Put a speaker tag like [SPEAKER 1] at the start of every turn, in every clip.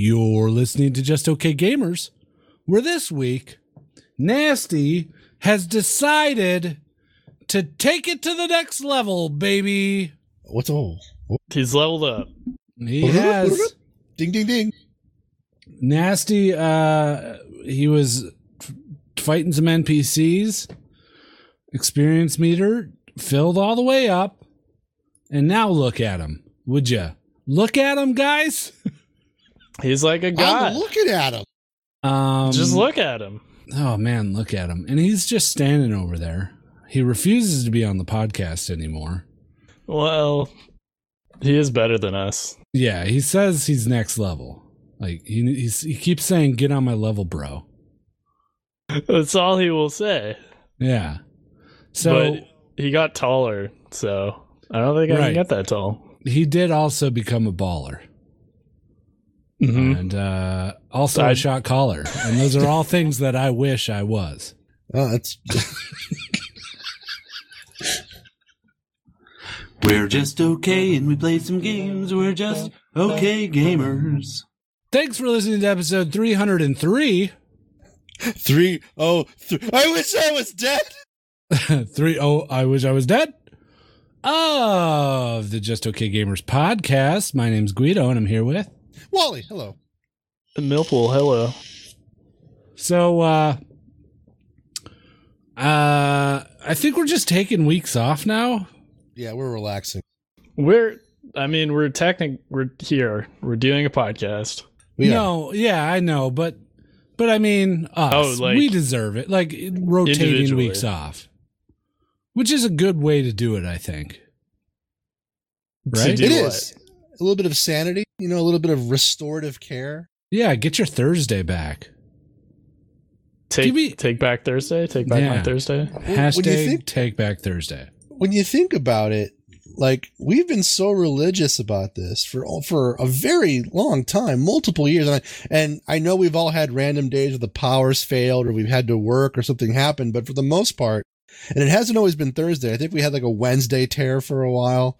[SPEAKER 1] You're listening to Just Okay Gamers, where this week, Nasty has decided to take it to the next level, baby.
[SPEAKER 2] What's all?
[SPEAKER 3] He's leveled up.
[SPEAKER 1] He has.
[SPEAKER 2] Ding ding ding.
[SPEAKER 1] Nasty, uh, he was f- fighting some NPCs, experience meter filled all the way up, and now look at him, would ya? Look at him, guys.
[SPEAKER 3] He's like a
[SPEAKER 2] I'm
[SPEAKER 3] Oh god.
[SPEAKER 2] looking at him.
[SPEAKER 1] Oh, Um,
[SPEAKER 3] Just look at him.
[SPEAKER 1] Oh man, look at him, and he's just standing over there. He refuses to be on the podcast anymore.
[SPEAKER 3] Well, he is better than us.
[SPEAKER 1] Yeah, he says he's next level. Like he he's, he keeps saying, "Get on my level, bro."
[SPEAKER 3] That's all he will say.
[SPEAKER 1] Yeah. So
[SPEAKER 3] but he got taller, so I don't think I
[SPEAKER 1] Right.
[SPEAKER 3] can get that tall.
[SPEAKER 1] he did also become a baller
[SPEAKER 3] Mhm.
[SPEAKER 1] and uh, also a
[SPEAKER 3] I-
[SPEAKER 1] shot caller, and those are all things that I wish I was.
[SPEAKER 2] Oh, that's
[SPEAKER 4] We're just okay and we play some games. We're just okay gamers.
[SPEAKER 1] Thanks for listening to episode 303.
[SPEAKER 2] three oh three. I wish I was dead.
[SPEAKER 1] Three oh, I wish I was dead. Of the Just Okay Gamers podcast. My name's Guido, and I'm here with.
[SPEAKER 2] Wally, hello.
[SPEAKER 3] Millpool, hello.
[SPEAKER 1] So uh uh I think we're just taking weeks off now.
[SPEAKER 2] Yeah, we're relaxing.
[SPEAKER 3] We're, I mean, we're technic. We're here. We're doing a podcast.
[SPEAKER 2] We are.
[SPEAKER 1] No, yeah, I know, but but I mean us.
[SPEAKER 3] Oh, like-
[SPEAKER 1] we deserve it. Like rotating
[SPEAKER 3] Individually.
[SPEAKER 1] weeks off. Which is a good way to do it, I think. Right?
[SPEAKER 3] do
[SPEAKER 2] It
[SPEAKER 3] what?
[SPEAKER 2] is a little bit of sanity. You know, a little bit of restorative care.
[SPEAKER 1] Yeah, get your Thursday back.
[SPEAKER 3] Take
[SPEAKER 1] we-
[SPEAKER 3] take back Thursday. Take back
[SPEAKER 1] Yeah.
[SPEAKER 3] my Thursday.
[SPEAKER 2] When- when you
[SPEAKER 1] Hashtag
[SPEAKER 2] think
[SPEAKER 1] take back Thursday.
[SPEAKER 2] when you think about it, like we've been so religious about this for all, for a very long time, multiple years, and I, and I know we've all had random days where the powers failed or we've had to work or something happened, but for the most part, and it hasn't always been Thursday. I think we had like a Wednesday tear for a while,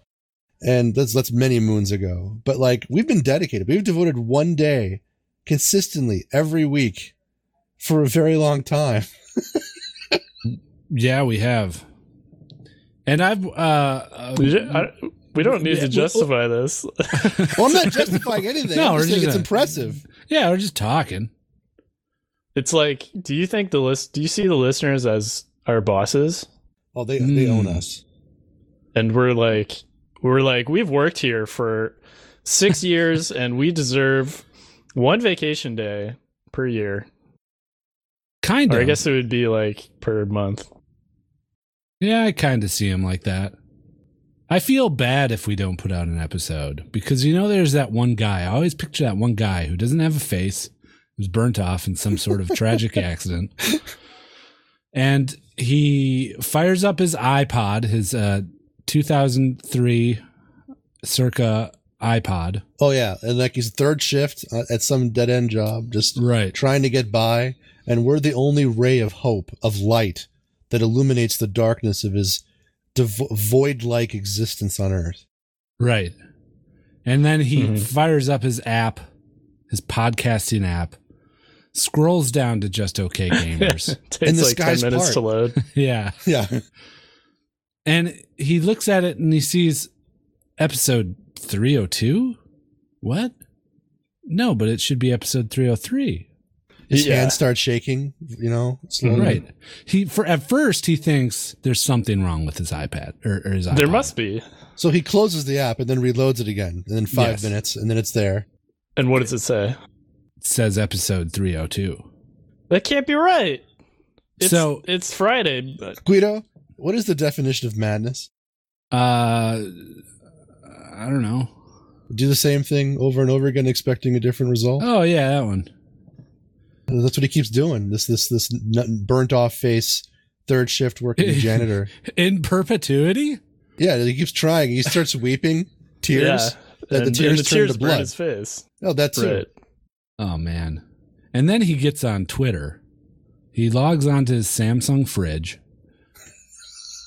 [SPEAKER 2] and that's that's many moons ago. But like we've been dedicated, we've devoted one day consistently every week for a very long time.
[SPEAKER 1] Yeah, we have. And I've uh, uh
[SPEAKER 3] You ju- I- we don't need
[SPEAKER 1] Yeah,
[SPEAKER 3] to
[SPEAKER 1] well-
[SPEAKER 3] justify this.
[SPEAKER 2] Well, I'm not justifying anything.
[SPEAKER 1] No,
[SPEAKER 2] I'm
[SPEAKER 1] we're
[SPEAKER 2] just saying
[SPEAKER 1] just
[SPEAKER 2] it's
[SPEAKER 1] not-
[SPEAKER 2] impressive.
[SPEAKER 1] yeah, we're just talking.
[SPEAKER 3] It's like, do you think the list? Do you see the listeners as our bosses?
[SPEAKER 2] Oh, they they own
[SPEAKER 1] Mm.
[SPEAKER 2] us.
[SPEAKER 3] And we're like, we're like, we've worked here for six years, and we deserve one vacation day per year,
[SPEAKER 1] Kind of.
[SPEAKER 3] or I guess it would be like per month.
[SPEAKER 1] Yeah, I kind of see him like that. I feel bad if we don't put out an episode because you know there's that one guy. I always picture that one guy who doesn't have a face, who's burnt off in some sort of tragic accident. And he fires up his iPod, his uh 2003 circa iPod.
[SPEAKER 2] Oh yeah, and like he's third shift uh, at some dead end job, just
[SPEAKER 1] Right.
[SPEAKER 2] trying to get by, and we're the only ray of hope, of light that illuminates the darkness of his dev- void-like existence on Earth.
[SPEAKER 1] Right. And then he
[SPEAKER 3] Mhm.
[SPEAKER 1] fires up his app, his podcasting app, scrolls down to just okay gamers.
[SPEAKER 3] It takes
[SPEAKER 2] the
[SPEAKER 3] like ten
[SPEAKER 2] sky's
[SPEAKER 3] minutes
[SPEAKER 2] part.
[SPEAKER 3] to load.
[SPEAKER 1] yeah.
[SPEAKER 2] Yeah,
[SPEAKER 1] And he looks at it and he sees episode 302? What? No, but it should be episode 303.
[SPEAKER 2] his
[SPEAKER 3] Yeah.
[SPEAKER 2] hands start shaking. You know, slowly.
[SPEAKER 1] Mm-hmm.
[SPEAKER 3] Mm-hmm.
[SPEAKER 1] Right. He for at first he thinks there's something wrong with his iPad or, or his iPod.
[SPEAKER 3] There must be.
[SPEAKER 2] So he closes the app and then reloads it again, and then five
[SPEAKER 1] Yes.
[SPEAKER 2] minutes, and then it's there.
[SPEAKER 3] And what does it say?
[SPEAKER 1] it says episode 302.
[SPEAKER 3] That can't be right. It's,
[SPEAKER 1] So-
[SPEAKER 3] it's Friday. But
[SPEAKER 2] Guido, what is the definition of madness?
[SPEAKER 1] Uh I don't know.
[SPEAKER 2] Do the same thing over and over again, expecting a different result.
[SPEAKER 1] Oh yeah, that one.
[SPEAKER 2] That's what he keeps doing. This this this n- burnt off face, third shift working janitor.
[SPEAKER 1] In perpetuity?
[SPEAKER 2] Yeah, he keeps trying. He starts weeping tears.
[SPEAKER 3] Yeah.
[SPEAKER 2] the tears turn to
[SPEAKER 3] burn
[SPEAKER 2] blood.
[SPEAKER 3] His face.
[SPEAKER 2] Oh, that's
[SPEAKER 3] Right.
[SPEAKER 2] it.
[SPEAKER 1] Oh man. And then he gets on Twitter. He logs onto his Samsung fridge,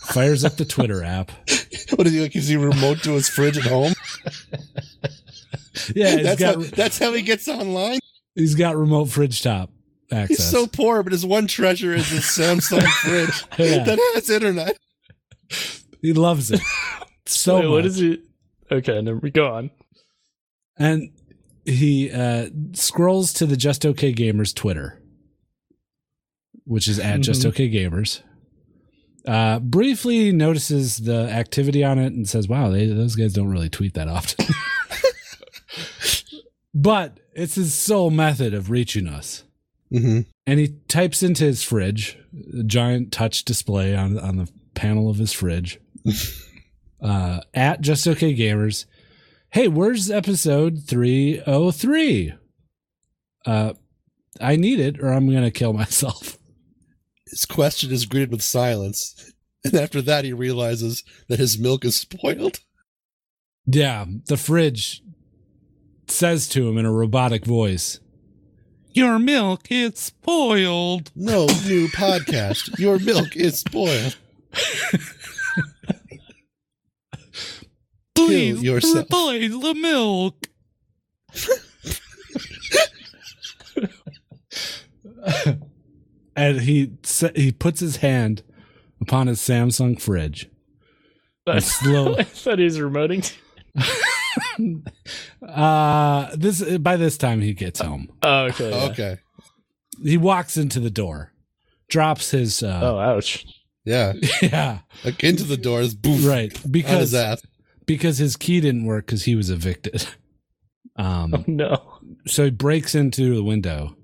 [SPEAKER 1] fires up the Twitter app.
[SPEAKER 2] What is he like? Is he remote to his fridge at home?
[SPEAKER 1] Yeah, he's
[SPEAKER 2] that's,
[SPEAKER 1] got
[SPEAKER 2] how, that's how he gets online.
[SPEAKER 1] he's got remote fridge top access.
[SPEAKER 2] He's so poor, but his one treasure is his Samsung fridge
[SPEAKER 1] Yeah.
[SPEAKER 2] that has internet.
[SPEAKER 1] he loves it so
[SPEAKER 3] Wait,
[SPEAKER 1] much.
[SPEAKER 3] what is he? Okay, never, go on.
[SPEAKER 1] and he uh, scrolls to the Just Okay Gamers Twitter, which is at Just
[SPEAKER 3] Mhm.
[SPEAKER 1] Okay Gamers. Uh, briefly notices the activity on it and says, "Wow, they, those guys don't really tweet that often." but it's his sole method of reaching us.
[SPEAKER 2] Mm-hmm.
[SPEAKER 1] And he types into his fridge, a giant touch display on on the panel of his fridge. uh, at Just Okay Gamers, hey, where's episode three oh three? Uh, I need it, or I'm gonna kill myself.
[SPEAKER 2] His question is greeted with silence. And after that, he realizes that his milk is spoiled.
[SPEAKER 1] Yeah, the fridge says to him in a robotic voice, "Your milk is spoiled."
[SPEAKER 2] No new podcast. Your milk is spoiled.
[SPEAKER 1] Please
[SPEAKER 2] yourself."
[SPEAKER 1] replace the milk. and he sa- he puts his hand upon his Samsung fridge.
[SPEAKER 3] I
[SPEAKER 1] And slow.
[SPEAKER 3] thought he was remoting.
[SPEAKER 1] uh, this by this time he gets home.
[SPEAKER 3] Oh, okay. yeah.
[SPEAKER 2] Okay.
[SPEAKER 1] He walks into the door, drops his uh,
[SPEAKER 3] Oh, ouch.
[SPEAKER 2] Yeah.
[SPEAKER 1] yeah
[SPEAKER 2] Like into the doors. Boof.
[SPEAKER 1] right
[SPEAKER 2] On his
[SPEAKER 1] because
[SPEAKER 2] ass.
[SPEAKER 1] because his key didn't work because he was evicted. Um,
[SPEAKER 3] Oh no.
[SPEAKER 1] so he breaks into the window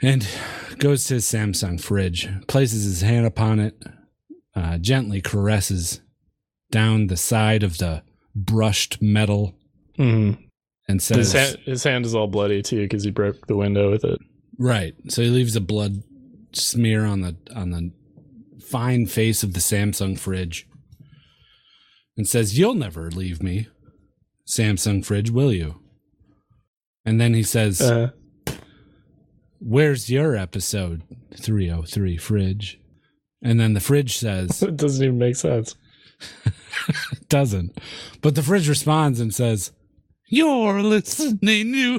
[SPEAKER 1] and goes to his Samsung fridge, places his hand upon it, uh, gently caresses down the side of the brushed metal,
[SPEAKER 3] Mhm.
[SPEAKER 1] and says,
[SPEAKER 3] His hand, his hand is all bloody too because he broke the window with it.
[SPEAKER 1] "Right." So he leaves a blood smear on the on the fine face of the Samsung fridge, and says, "You'll never leave me, Samsung fridge, will you?" And then he says,
[SPEAKER 3] Uh,
[SPEAKER 1] Where's your episode 303 fridge? And then the fridge says,
[SPEAKER 3] it doesn't even make sense.
[SPEAKER 1] doesn't. But the fridge responds and says, You're listening to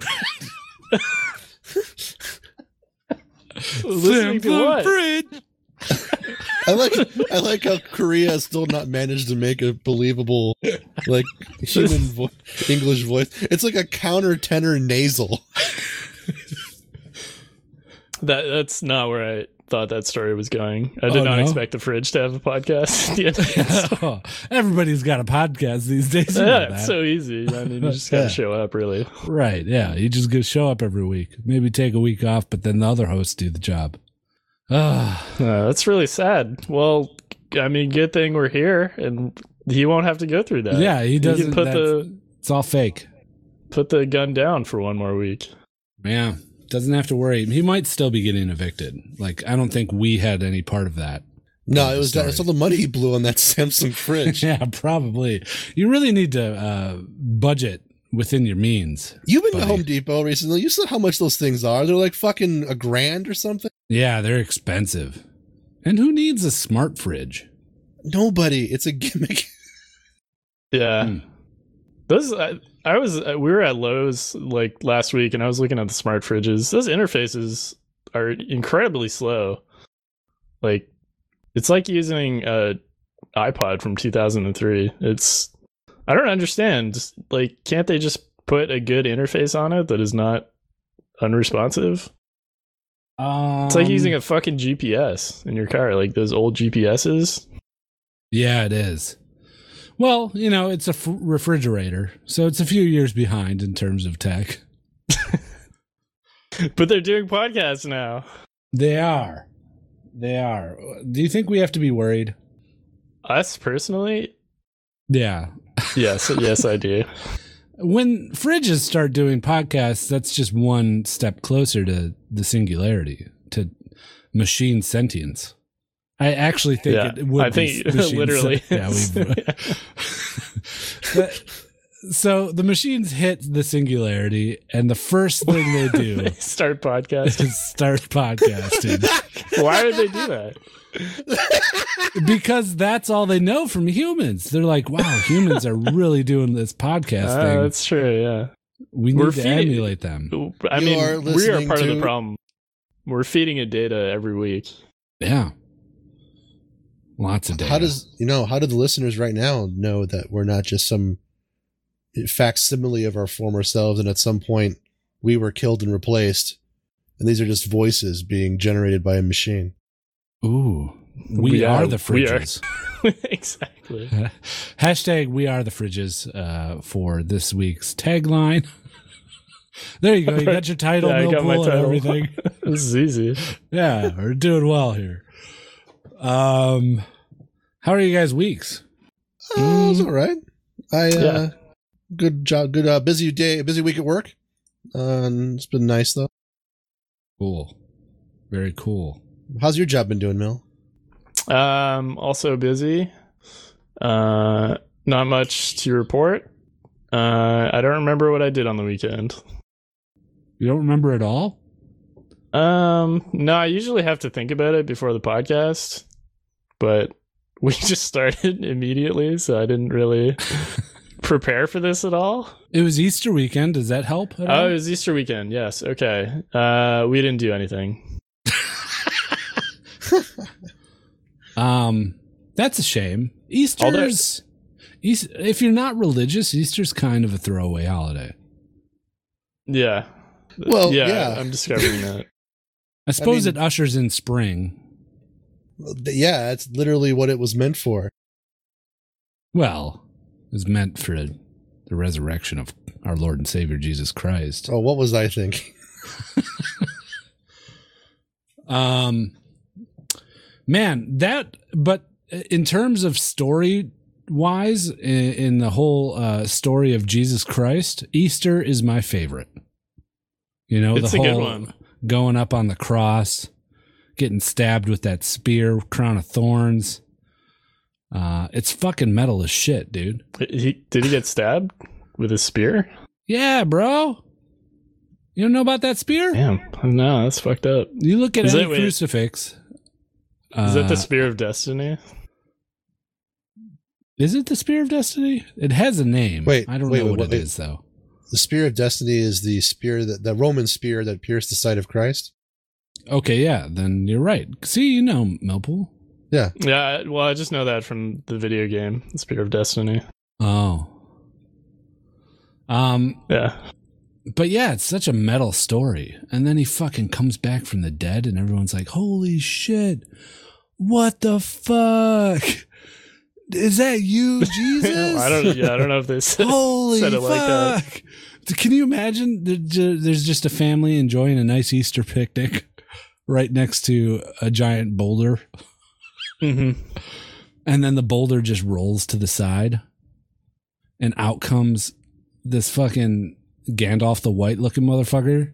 [SPEAKER 3] Listening to
[SPEAKER 1] Samsung
[SPEAKER 3] what?
[SPEAKER 1] Fridge.
[SPEAKER 2] I like I like how Korea has still not managed to make a believable like human vo- English voice. It's like a countertenor nasal.
[SPEAKER 3] That that's not where I thought that story was going. I did
[SPEAKER 1] Oh,
[SPEAKER 3] not
[SPEAKER 1] no?
[SPEAKER 3] expect the fridge to have a podcast. at the end of this.
[SPEAKER 1] Everybody's got a podcast these days. you know
[SPEAKER 3] yeah,
[SPEAKER 1] that.
[SPEAKER 3] it's so easy. I mean, you just gotta
[SPEAKER 2] Yeah.
[SPEAKER 3] show up, really.
[SPEAKER 1] right. Yeah. You just go show up every week. Maybe take a week off, but then the other hosts do the job. Ah.
[SPEAKER 3] Uh, that's really sad. Well, I mean, good thing we're here, and he won't have to go through that.
[SPEAKER 1] yeah. He
[SPEAKER 3] he
[SPEAKER 1] doesn't.
[SPEAKER 3] can put
[SPEAKER 1] that's-
[SPEAKER 3] the
[SPEAKER 1] it's all fake.
[SPEAKER 3] put the gun down for one more week.
[SPEAKER 1] Yeah. Doesn't have to worry. He might still be getting evicted. Like, I don't think we had any part of that.
[SPEAKER 2] No,
[SPEAKER 1] Oh,
[SPEAKER 2] it was
[SPEAKER 1] sorry.
[SPEAKER 2] that's all the money he blew on that Samsung fridge.
[SPEAKER 1] yeah, probably. You really need to uh, budget within your means.
[SPEAKER 2] You've been to
[SPEAKER 1] Buddy.
[SPEAKER 2] Home Depot recently. You saw how much those things are. They're like fucking a grand or something.
[SPEAKER 1] Yeah, they're expensive. And who needs a smart fridge?
[SPEAKER 2] Nobody. It's a gimmick.
[SPEAKER 3] Yeah.
[SPEAKER 1] Hmm.
[SPEAKER 3] Those I, I was uh, we were at Lowe's like last week and I was looking at the smart fridges. Those interfaces are incredibly slow. Like it's like using a iPod from 2003. It's I don't understand. Like can't they just put a good interface on it that is not unresponsive?
[SPEAKER 1] Um,
[SPEAKER 3] It's like using a fucking GPS in your car, like those old GPSs.
[SPEAKER 1] Yeah, it is. Well, you know, it's a f- refrigerator, so it's a few years behind in terms of tech.
[SPEAKER 3] But they're doing podcasts now.
[SPEAKER 1] They are. They are. Do you think we have to be worried?
[SPEAKER 3] Us personally?
[SPEAKER 1] Yeah.
[SPEAKER 3] Yes, yes I do.
[SPEAKER 1] when fridges start doing podcasts, that's just one step closer to the singularity, to machine sentience. I actually think it would.
[SPEAKER 3] I
[SPEAKER 1] be
[SPEAKER 3] think
[SPEAKER 1] machine
[SPEAKER 3] literally.
[SPEAKER 1] sen- yeah, we've,
[SPEAKER 3] Yeah.
[SPEAKER 1] But so the machines hit the singularity, and the first thing they do
[SPEAKER 3] They start podcasting.
[SPEAKER 1] is start podcasting
[SPEAKER 3] Why would they do that?
[SPEAKER 1] because that's all they know from humans. They're like, wow, humans are really doing this podcast
[SPEAKER 3] Ah,
[SPEAKER 1] thing.
[SPEAKER 3] that's true. Yeah.
[SPEAKER 1] We need
[SPEAKER 3] we're
[SPEAKER 1] to
[SPEAKER 3] feeding-
[SPEAKER 1] emulate them.
[SPEAKER 3] I
[SPEAKER 2] You
[SPEAKER 3] mean,
[SPEAKER 2] are
[SPEAKER 3] we are
[SPEAKER 2] listening
[SPEAKER 3] part of
[SPEAKER 2] to-
[SPEAKER 3] the problem. We're feeding it data every week.
[SPEAKER 1] Yeah. Lots of data.
[SPEAKER 2] How does you know? How do the listeners right now know that we're not just some facsimile of our former selves, and at some point we were killed and replaced, and these are just voices being generated by a machine?
[SPEAKER 1] Ooh. We,
[SPEAKER 3] We
[SPEAKER 1] are,
[SPEAKER 3] are-
[SPEAKER 1] the
[SPEAKER 3] we are.
[SPEAKER 1] fridges.
[SPEAKER 3] exactly.
[SPEAKER 1] Hashtag we are the fridges uh, for this week's tagline. there you go. You got your title,
[SPEAKER 3] Yeah, I got my
[SPEAKER 1] Millpool, and
[SPEAKER 3] title.
[SPEAKER 1] everything.
[SPEAKER 3] This is easy.
[SPEAKER 1] yeah, we're doing well here. Um how are you guys weeks?
[SPEAKER 2] Uh, it's all right. I uh,
[SPEAKER 3] Yeah.
[SPEAKER 2] good job, good uh, busy day, busy week at work. Uh, and it's been nice though.
[SPEAKER 1] Cool. Very cool.
[SPEAKER 2] How's your job been doing, Mill?
[SPEAKER 3] Um, also busy. Uh, not much to report. Uh, I don't remember what I did on the weekend.
[SPEAKER 1] You don't remember at all?
[SPEAKER 3] Um, no, I usually have to think about it before the podcast, but we just started immediately, so I didn't really prepare for this at all.
[SPEAKER 1] It was Easter weekend. Does that help? At
[SPEAKER 3] Oh,
[SPEAKER 1] all?
[SPEAKER 3] it was Easter weekend. Yes. Okay. Uh, we didn't do anything.
[SPEAKER 1] Um, that's a shame.
[SPEAKER 3] All that-
[SPEAKER 1] Easter's, East, if you're not religious, Easter's kind of a throwaway holiday.
[SPEAKER 3] Yeah.
[SPEAKER 2] Well,
[SPEAKER 3] yeah,
[SPEAKER 2] yeah.
[SPEAKER 3] I'm discovering that.
[SPEAKER 1] I suppose
[SPEAKER 2] mean-
[SPEAKER 1] it ushers in spring.
[SPEAKER 2] Well, th- Yeah, that's literally what it was meant for.
[SPEAKER 1] Well, it's meant for the resurrection of our Lord and Savior Jesus Christ.
[SPEAKER 2] Oh, what was I thinking?
[SPEAKER 1] Um, man, that. But in terms of story wise, in, in the whole uh, story of Jesus Christ, Easter is my favorite. You know,
[SPEAKER 3] It's
[SPEAKER 1] the
[SPEAKER 3] a
[SPEAKER 1] whole
[SPEAKER 3] good one.
[SPEAKER 1] going up on the cross, getting stabbed with that spear, crown of thorns. Uh, it's fucking metal as shit, dude.
[SPEAKER 3] He, did he get stabbed with a spear?
[SPEAKER 1] Yeah, bro. You don't know about that spear?
[SPEAKER 3] Damn. No, that's fucked up.
[SPEAKER 1] You look at
[SPEAKER 3] Is
[SPEAKER 1] any
[SPEAKER 3] that- wait.
[SPEAKER 1] crucifix.
[SPEAKER 3] Is that
[SPEAKER 1] uh,
[SPEAKER 3] the spear of destiny?
[SPEAKER 1] Is it the Spear of Destiny? It has a name.
[SPEAKER 2] Wait,
[SPEAKER 1] I don't
[SPEAKER 2] wait,
[SPEAKER 1] know
[SPEAKER 2] wait,
[SPEAKER 1] what it
[SPEAKER 2] wait.
[SPEAKER 1] is though.
[SPEAKER 2] The spear of destiny is the spear that the Roman spear that pierced the side of Christ.
[SPEAKER 1] Okay, yeah, then you're right. See, you know Millpool.
[SPEAKER 3] Yeah. Well, I just know that from the video game, the spear of destiny.
[SPEAKER 1] Oh. Um,
[SPEAKER 3] Yeah.
[SPEAKER 1] but yeah, it's such a metal story. And then he fucking comes back from the dead, and everyone's like, "Holy shit! What the fuck? Is that you, Jesus?"
[SPEAKER 3] I don't. Yeah, I don't know if they said.
[SPEAKER 1] Holy
[SPEAKER 3] said it
[SPEAKER 1] fuck!
[SPEAKER 3] like that.
[SPEAKER 1] Can you imagine? There- there- There's just a family enjoying a nice Easter picnic right next to a giant boulder,
[SPEAKER 3] Mhm.
[SPEAKER 1] and then the boulder just rolls to the side, and out comes this fucking Gandalf the White looking motherfucker.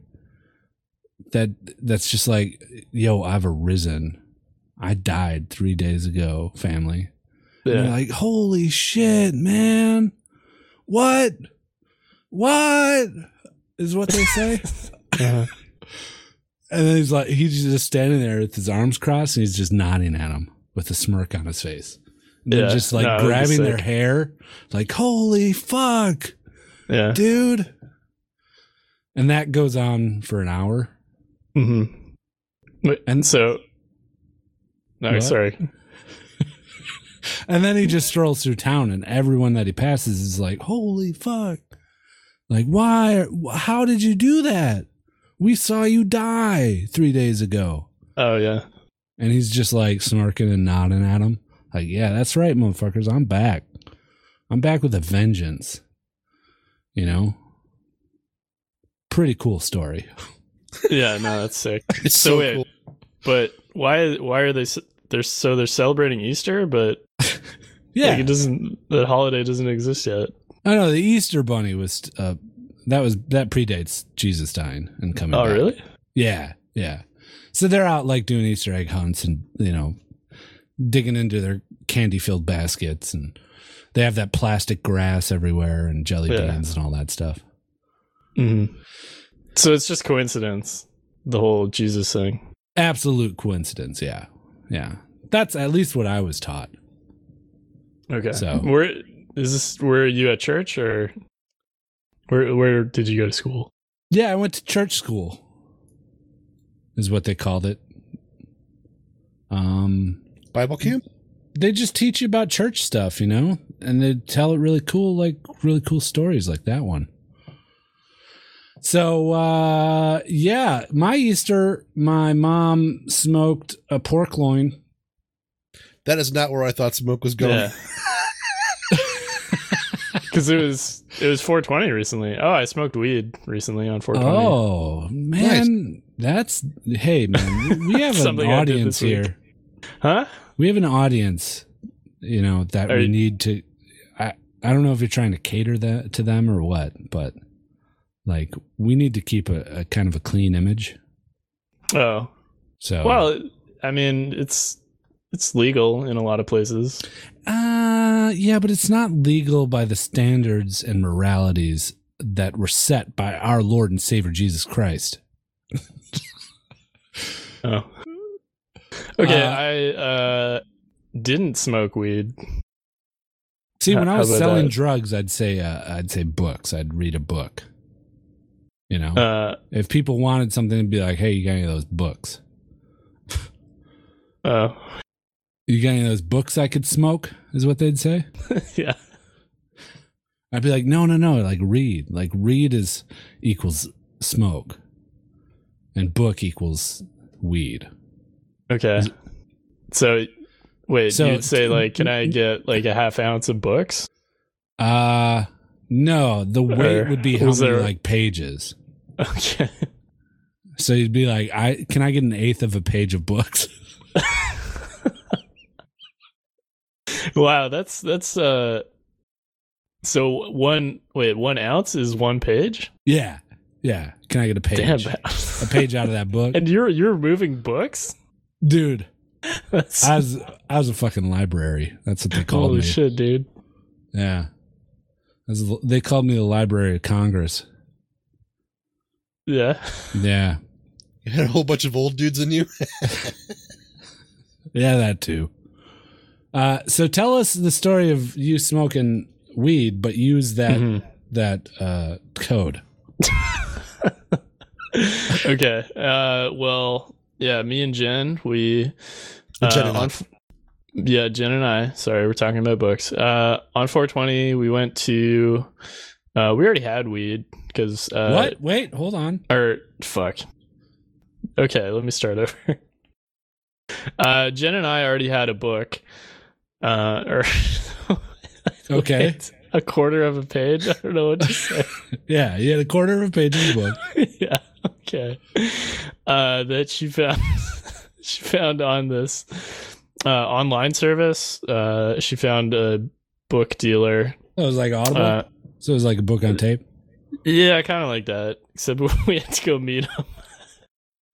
[SPEAKER 1] That that's just like, yo, I've arisen. I died three days ago, family. And
[SPEAKER 3] Yeah.
[SPEAKER 1] you're like, holy shit, man. What? What? Is what they say. uh,
[SPEAKER 3] Uh-huh.
[SPEAKER 1] and then he's like, he's just standing there with his arms crossed and he's just nodding at him with a smirk on his face. And they're
[SPEAKER 3] Yeah.
[SPEAKER 1] just like
[SPEAKER 3] No, that'd be
[SPEAKER 1] grabbing their
[SPEAKER 3] sick.
[SPEAKER 1] hair, like, holy fuck,
[SPEAKER 3] Yeah.
[SPEAKER 1] dude. And that goes on for an hour.
[SPEAKER 3] hmm
[SPEAKER 1] And-
[SPEAKER 3] And so, no,
[SPEAKER 1] What?
[SPEAKER 3] sorry.
[SPEAKER 1] And then he just strolls through town, and everyone that he passes is like, "Holy fuck! Like, why? How did you do that? We saw you die three days ago."
[SPEAKER 3] Oh yeah.
[SPEAKER 1] And he's just like smirking and nodding at him, like, "Yeah, that's right, motherfuckers. I'm back. I'm back with a vengeance." You know, pretty cool story.
[SPEAKER 3] Yeah. No, that's sick.
[SPEAKER 2] It's
[SPEAKER 3] So
[SPEAKER 2] so,
[SPEAKER 3] wait.
[SPEAKER 2] cool.
[SPEAKER 3] But why? Why are they? s- They're so they're celebrating Easter, but
[SPEAKER 1] Yeah,
[SPEAKER 3] like it doesn't. The holiday doesn't exist yet.
[SPEAKER 1] I know the Easter Bunny was uh, that was that predates Jesus dying and coming.
[SPEAKER 3] Oh
[SPEAKER 1] back.
[SPEAKER 3] really?
[SPEAKER 1] Yeah, yeah. So they're out like doing Easter egg hunts and you know digging into their candy filled baskets and they have that plastic grass everywhere and jelly
[SPEAKER 3] Yeah.
[SPEAKER 1] beans and all that stuff. Mm-hmm.
[SPEAKER 3] Mhm. So it's just coincidence, the whole Jesus thing.
[SPEAKER 1] Absolute coincidence. Yeah. Yeah. That's at least what I was taught.
[SPEAKER 3] Okay.
[SPEAKER 1] So-
[SPEAKER 3] where is this? Were you at church or where? Where did you go to school?
[SPEAKER 1] Yeah, I went to church school. Is what they called it. Um
[SPEAKER 2] Bible camp?
[SPEAKER 1] they just teach you about church stuff, you know? And they tell it really cool like really cool stories like that one. So uh yeah, my Easter my mom smoked a pork loin.
[SPEAKER 2] That is not where I thought smoke was going.
[SPEAKER 3] Because it was it was 420 recently. Oh, I smoked weed recently on 420.
[SPEAKER 1] Oh, man. That's hey man, we have an
[SPEAKER 3] Something I did
[SPEAKER 1] audience
[SPEAKER 3] this week.
[SPEAKER 1] here.
[SPEAKER 3] Huh?
[SPEAKER 1] we have an audience you know that
[SPEAKER 3] Are
[SPEAKER 1] we
[SPEAKER 3] you-
[SPEAKER 1] need to i i don't know if you're trying to cater that to them or what but like we need to keep a, a kind of a clean image
[SPEAKER 3] Oh.
[SPEAKER 1] so
[SPEAKER 3] Well, I mean, it's it's legal in a lot of places.
[SPEAKER 1] uh yeah but it's not legal by the standards and moralities that were set by our lord and savior jesus christ
[SPEAKER 3] Oh. Okay,
[SPEAKER 1] Uh,
[SPEAKER 3] I uh didn't smoke weed.
[SPEAKER 1] see when
[SPEAKER 3] How-
[SPEAKER 1] i was
[SPEAKER 3] how about
[SPEAKER 1] selling
[SPEAKER 3] that?
[SPEAKER 1] drugs i'd say uh, i'd say books i'd read a book you know
[SPEAKER 3] Uh
[SPEAKER 1] if people wanted something to be like hey you got any of those books
[SPEAKER 3] oh.
[SPEAKER 1] You got any of those books I could smoke? Is what they'd say.
[SPEAKER 3] yeah.
[SPEAKER 1] I'd be like, no, no, no. Like read. Like read is equals smoke, and book equals weed.
[SPEAKER 3] Okay. So wait,
[SPEAKER 1] So-
[SPEAKER 3] you'd say like can I get like a half ounce of books?
[SPEAKER 1] Uh no. The weight
[SPEAKER 3] Or
[SPEAKER 1] would be how many
[SPEAKER 3] was there-
[SPEAKER 1] like pages.
[SPEAKER 3] Okay.
[SPEAKER 1] So you'd be like, I can I get an eighth of a page of books?
[SPEAKER 3] Wow, that's that's uh so one wait, one ounce is one page?
[SPEAKER 1] yeah, yeah. Can I get a page?
[SPEAKER 3] Damn
[SPEAKER 1] A page out of that book,
[SPEAKER 3] and you're you're moving books?
[SPEAKER 1] dude.
[SPEAKER 3] That's
[SPEAKER 1] I was I was a fucking library. That's what they called
[SPEAKER 3] holy
[SPEAKER 1] me.
[SPEAKER 3] shit, dude.
[SPEAKER 1] Yeah, I was- they called me the Library of Congress.
[SPEAKER 3] Yeah.
[SPEAKER 1] Yeah.
[SPEAKER 2] You had a whole bunch of old dudes in you.
[SPEAKER 1] Yeah, that too. Uh, so tell us the story of you smoking weed, but use that
[SPEAKER 3] Mhm.
[SPEAKER 1] that uh, code.
[SPEAKER 3] okay. Uh, well, yeah, me and Jen, we
[SPEAKER 2] And Jen
[SPEAKER 3] uh,
[SPEAKER 2] and I. Oh,
[SPEAKER 3] on, f- yeah, Jen and I. Sorry, we're talking about books. Uh, on 420, we went to. Uh, we already had weed because uh,
[SPEAKER 1] what? Wait, hold on.
[SPEAKER 3] or fuck. Okay, let me start over. Uh, Jen and I already had a book. Uh, or
[SPEAKER 1] Okay.
[SPEAKER 3] Wait, a quarter of a page. I don't know what to say.
[SPEAKER 1] Yeah, you had a quarter of a page in the book.
[SPEAKER 3] yeah. Okay. Uh, that she found she found on this uh, online service. Uh, she found a book dealer.
[SPEAKER 1] It was like Audible,
[SPEAKER 3] Uh,
[SPEAKER 1] so it was like a book on tape.
[SPEAKER 3] yeah, kind of like that. Except we had to go meet him.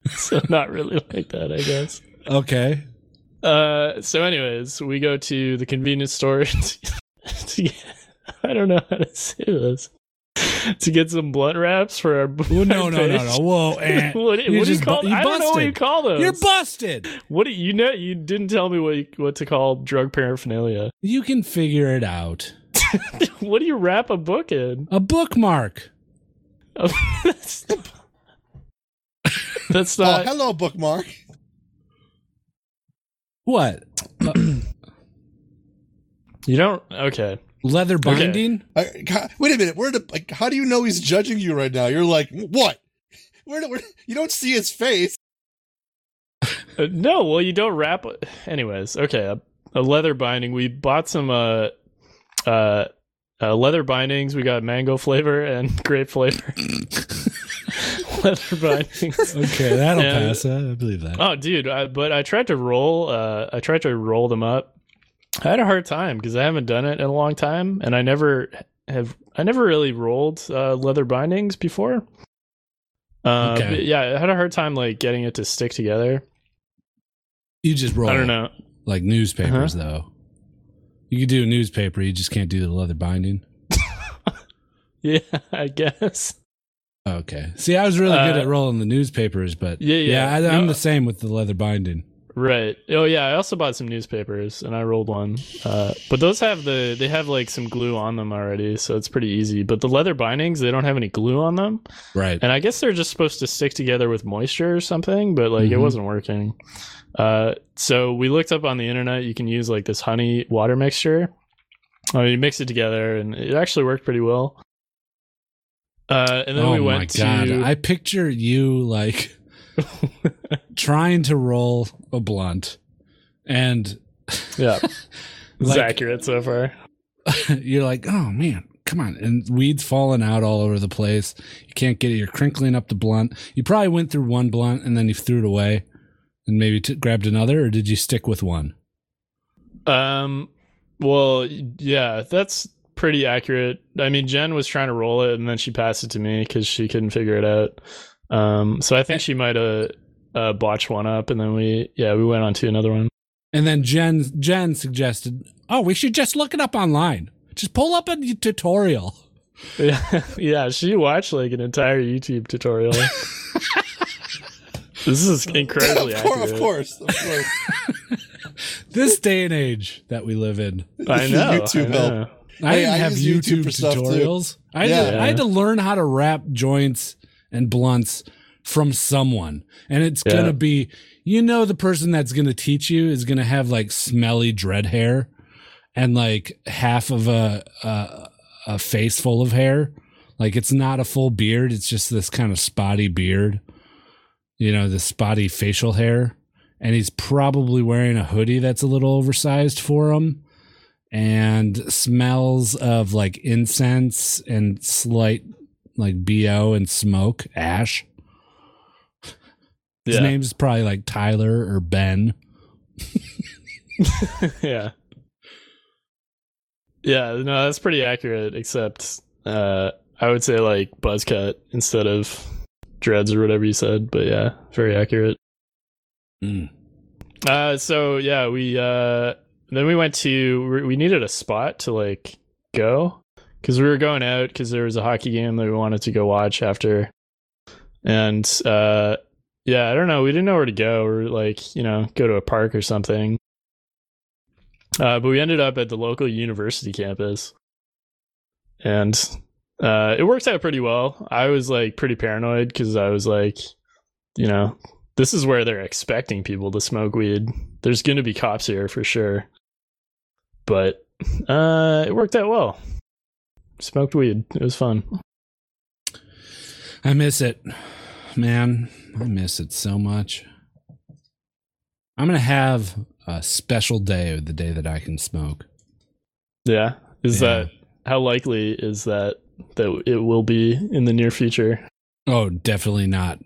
[SPEAKER 3] so not really like that, I guess.
[SPEAKER 1] Okay.
[SPEAKER 3] Uh, so anyways, we go to the convenience store to, to get, I don't know how to say this. To get some blunt wraps for our
[SPEAKER 1] Well, no, no,
[SPEAKER 3] our
[SPEAKER 1] no,
[SPEAKER 3] page.
[SPEAKER 1] no. Whoa, eh.
[SPEAKER 3] what, what do
[SPEAKER 1] You
[SPEAKER 3] you
[SPEAKER 1] just bu-
[SPEAKER 3] call?
[SPEAKER 1] you
[SPEAKER 3] I don't know what
[SPEAKER 1] busted.
[SPEAKER 3] you call those.
[SPEAKER 1] you're busted.
[SPEAKER 3] what do you know? You didn't tell me what you, what to call drug paraphernalia.
[SPEAKER 1] You can figure it out.
[SPEAKER 3] What do you wrap a book in?
[SPEAKER 1] A bookmark.
[SPEAKER 3] that's, that's
[SPEAKER 2] oh,
[SPEAKER 3] not.
[SPEAKER 2] hello, bookmark.
[SPEAKER 1] What?
[SPEAKER 3] you don't. Okay.
[SPEAKER 1] Leather binding?
[SPEAKER 2] I, God, wait a minute. Where the, like, how do you know he's judging you right now? You're like, what? Where, do- where you don't see his face?
[SPEAKER 3] Uh, no. Well, you don't wrap. Anyways. Okay. A, a leather binding. We bought some. Uh. Uh. Uh, leather bindings. We got mango flavor and grape flavor. leather bindings.
[SPEAKER 1] Okay, that'll
[SPEAKER 3] Yeah.
[SPEAKER 1] pass. I believe that.
[SPEAKER 3] Oh, dude! I, but I tried to roll. Uh, I tried to roll them up. I had a hard time because I haven't done it in a long time, and I never have. I never really rolled uh, leather bindings before. Uh,
[SPEAKER 1] Okay.
[SPEAKER 3] but yeah, I had a hard time like getting it to stick together.
[SPEAKER 1] you just roll.
[SPEAKER 3] I
[SPEAKER 1] it.
[SPEAKER 3] don't know. Uh-huh.
[SPEAKER 1] like newspapers though. You You could do a newspaper, you just can't do the leather binding.
[SPEAKER 3] Yeah, I guess.
[SPEAKER 1] Okay. See, I was really good
[SPEAKER 3] Uh,
[SPEAKER 1] at rolling the newspapers, but
[SPEAKER 3] Yeah,
[SPEAKER 1] I,
[SPEAKER 3] yeah.
[SPEAKER 1] I'm
[SPEAKER 3] No.
[SPEAKER 1] the same with the leather binding.
[SPEAKER 3] Right. Oh yeah, I also bought some newspapers and I rolled one. Uh, but those have the they have like some glue on them already, so it's pretty easy. But the leather bindings, they don't have any glue on them,
[SPEAKER 1] Right.
[SPEAKER 3] and I guess they're just supposed to stick together with moisture or something. But like it
[SPEAKER 1] Mhm.
[SPEAKER 3] wasn't working. Uh, so we looked up on the internet. You can use like this honey water mixture. I mean, you mix it together, and it actually worked pretty well. Uh, and then
[SPEAKER 1] oh
[SPEAKER 3] we went
[SPEAKER 1] my god!
[SPEAKER 3] to
[SPEAKER 1] I picture you like trying to roll a blunt, and
[SPEAKER 3] yeah, it's
[SPEAKER 1] Like-
[SPEAKER 3] accurate so far.
[SPEAKER 1] you're like, "Oh man, come on!" And weeds falling out all over the place. You can't get it. You're crinkling up the blunt. You probably went through one blunt and then you threw it away, and maybe t- grabbed another, or did you stick with one?
[SPEAKER 3] Um. Well, yeah, that's pretty accurate. I mean, Jen was trying to roll it, and then she passed it to me because she couldn't figure it out. Um. So I think she might have uh, botched one up, and then we yeah we went on to another one.
[SPEAKER 1] And then Jen Jen suggested, "Oh, we should just look it up online. Just pull up a tutorial."
[SPEAKER 3] Yeah, yeah. She watched like an entire YouTube tutorial. this is incredibly
[SPEAKER 2] of, course,
[SPEAKER 3] accurate.
[SPEAKER 2] of course, of course.
[SPEAKER 1] This day and age that we live in,
[SPEAKER 3] I know.
[SPEAKER 2] YouTube
[SPEAKER 3] I
[SPEAKER 2] help.
[SPEAKER 3] know.
[SPEAKER 1] I
[SPEAKER 2] Hey,
[SPEAKER 1] didn't
[SPEAKER 2] I
[SPEAKER 1] have
[SPEAKER 2] use YouTube
[SPEAKER 1] YouTube,
[SPEAKER 2] for stuff, too.
[SPEAKER 1] tutorials. I, had to,
[SPEAKER 3] Yeah.
[SPEAKER 1] I had to learn how to wrap joints and blunts from someone. And it's
[SPEAKER 3] Yeah.
[SPEAKER 1] going to be, you know, the person that's going to teach you is going to have like smelly dread hair and like half of a, a, a face full of hair. Like it's not a full beard. It's just this kind of spotty beard, you know, the spotty facial hair. And he's probably wearing a hoodie that's a little oversized for him and smells of like incense and slight like BO and smoke, ash. His
[SPEAKER 3] Yeah.
[SPEAKER 1] name's probably like Tyler or Ben.
[SPEAKER 3] yeah. Yeah, no, that's pretty accurate, except uh I would say like buzz cut instead of dreads or whatever you said, but yeah, very accurate.
[SPEAKER 1] Mm.
[SPEAKER 3] Uh so yeah, we uh then we went to we- we needed a spot to like go cuz we were going out cuz there was a hockey game that we wanted to go watch after. And uh yeah, I don't know, we didn't know where to go or like, you know, go to a park or something. Uh, but we ended up at the local university campus, and uh, it worked out pretty well. I was like pretty paranoid because I was like, you know, this is where they're expecting people to smoke weed. There's going to be cops here for sure. But uh, it worked out well. Smoked weed. It was fun.
[SPEAKER 1] I miss it. Man, I miss it so much. I'm going to have a special day the day that I can smoke.
[SPEAKER 3] Yeah. Is
[SPEAKER 1] Yeah.
[SPEAKER 3] that how likely is that that it will be in the near future?
[SPEAKER 1] Oh, definitely not.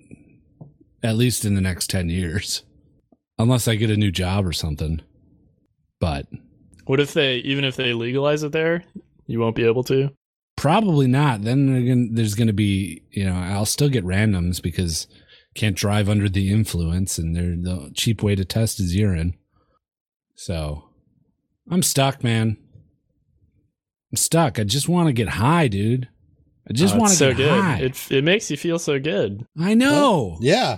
[SPEAKER 1] At least in the next 10 years. Unless I get a new job or something. But
[SPEAKER 3] What if they even if they legalize it there, you won't be able to?
[SPEAKER 1] Probably not. Then again, there's going to be, you know, I'll still get randoms because can't drive under the influence, and they're the cheap way to test is urine. So I'm stuck, man. I'm stuck. I just want to get high, dude. I just
[SPEAKER 3] Oh, it's
[SPEAKER 1] want to
[SPEAKER 3] so
[SPEAKER 1] get
[SPEAKER 3] good.
[SPEAKER 1] high.
[SPEAKER 3] It it makes you feel so good.
[SPEAKER 1] I know.
[SPEAKER 2] Yeah,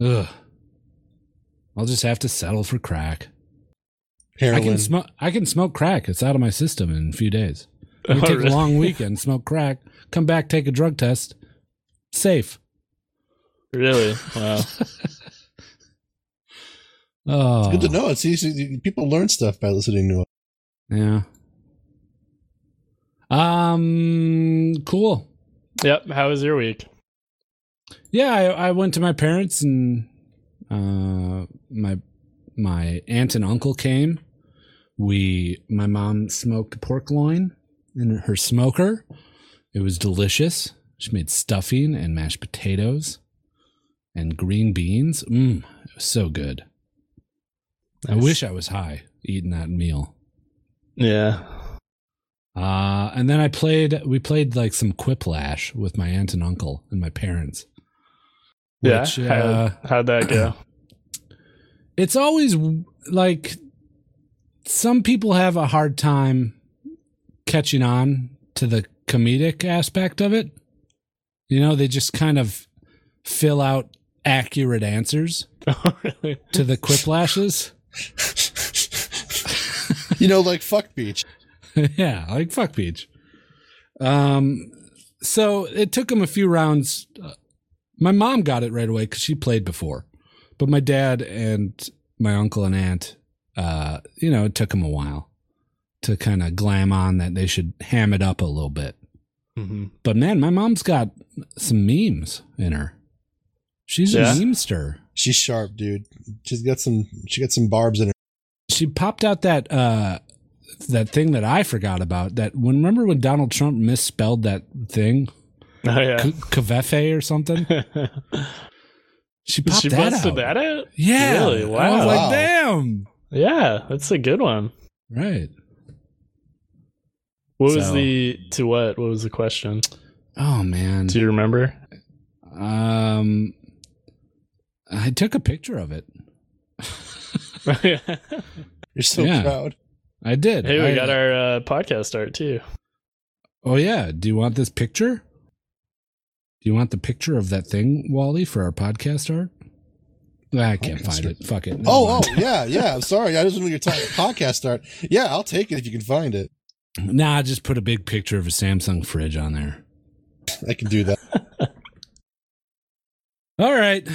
[SPEAKER 1] Ugh. I'll just have to settle for crack. I
[SPEAKER 2] heroin.
[SPEAKER 1] can smoke. I can smoke crack. It's out of my system in a few days. You
[SPEAKER 3] Oh,
[SPEAKER 1] take
[SPEAKER 3] really?
[SPEAKER 1] a long weekend, smoke crack, come back, take a drug test. Safe.
[SPEAKER 3] Really? Wow.
[SPEAKER 1] Oh,
[SPEAKER 2] Good to know. It's easy. People learn stuff by listening to it.
[SPEAKER 1] Oh, Yeah. Um. Cool.
[SPEAKER 3] yep. How was your week?
[SPEAKER 1] Yeah, I, I went to my parents and uh, my my aunt and uncle came. We my mom smoked pork loin in her smoker. It was delicious. She made stuffing and mashed potatoes and green beans. Mmm, it was so good. I
[SPEAKER 3] Nice.
[SPEAKER 1] wish I was high eating that meal.
[SPEAKER 3] Yeah.
[SPEAKER 1] Uh, and then I played, we played like some Quiplash with my aunt and uncle and my parents.
[SPEAKER 3] Yeah.
[SPEAKER 1] Which,
[SPEAKER 3] How,
[SPEAKER 1] uh,
[SPEAKER 3] how'd that go?
[SPEAKER 1] it's always like some people have a hard time catching on to the comedic aspect of it. You know, they just kind of fill out accurate answers
[SPEAKER 3] Oh, really?
[SPEAKER 1] to the quiplashes.
[SPEAKER 2] you know, like fuck beach.
[SPEAKER 1] yeah, like fuck Peach. Um, so it took him a few rounds. Uh, My mom got it right away because she played before, but my dad and my uncle and aunt, uh, you know, it took them a while to kind of glam on that they should ham it up a little bit.
[SPEAKER 3] hmm
[SPEAKER 1] But man, my mom's got some memes in her. She's
[SPEAKER 3] Yeah?
[SPEAKER 1] a memester.
[SPEAKER 2] She's sharp, dude. She's got some. She got some barbs in her.
[SPEAKER 1] she popped out that uh that thing that I forgot about that when remember when Donald Trump misspelled that thing
[SPEAKER 3] Oh yeah.
[SPEAKER 1] K- Kvefe or something she popped
[SPEAKER 3] she
[SPEAKER 1] that
[SPEAKER 3] busted
[SPEAKER 1] out
[SPEAKER 3] that out.
[SPEAKER 1] yeah
[SPEAKER 3] Really?
[SPEAKER 1] I was
[SPEAKER 3] Wow.
[SPEAKER 1] like
[SPEAKER 2] Wow.
[SPEAKER 1] damn
[SPEAKER 3] Yeah, that's a good one.
[SPEAKER 1] right
[SPEAKER 3] What was
[SPEAKER 1] So-
[SPEAKER 3] the to what? What was the question?
[SPEAKER 1] oh man
[SPEAKER 3] Do you remember?
[SPEAKER 1] um I took a picture of it
[SPEAKER 3] hey,
[SPEAKER 2] You're so
[SPEAKER 1] Yeah.
[SPEAKER 2] proud.
[SPEAKER 1] I did
[SPEAKER 3] we
[SPEAKER 1] I-
[SPEAKER 3] got our uh, podcast art too.
[SPEAKER 1] oh yeah do you want this picture do you want the picture of that thing Wally for our podcast art I can't
[SPEAKER 2] Podcast
[SPEAKER 1] find
[SPEAKER 2] art.
[SPEAKER 1] it fuck it Never
[SPEAKER 2] Oh,
[SPEAKER 1] mind.
[SPEAKER 2] oh, yeah, yeah. I'm sorry. I just remember your time podcast start. Yeah, I'll take it if you can find it.
[SPEAKER 1] Nah, just put a big picture of a Samsung fridge on there.
[SPEAKER 2] I can do that.
[SPEAKER 1] All right.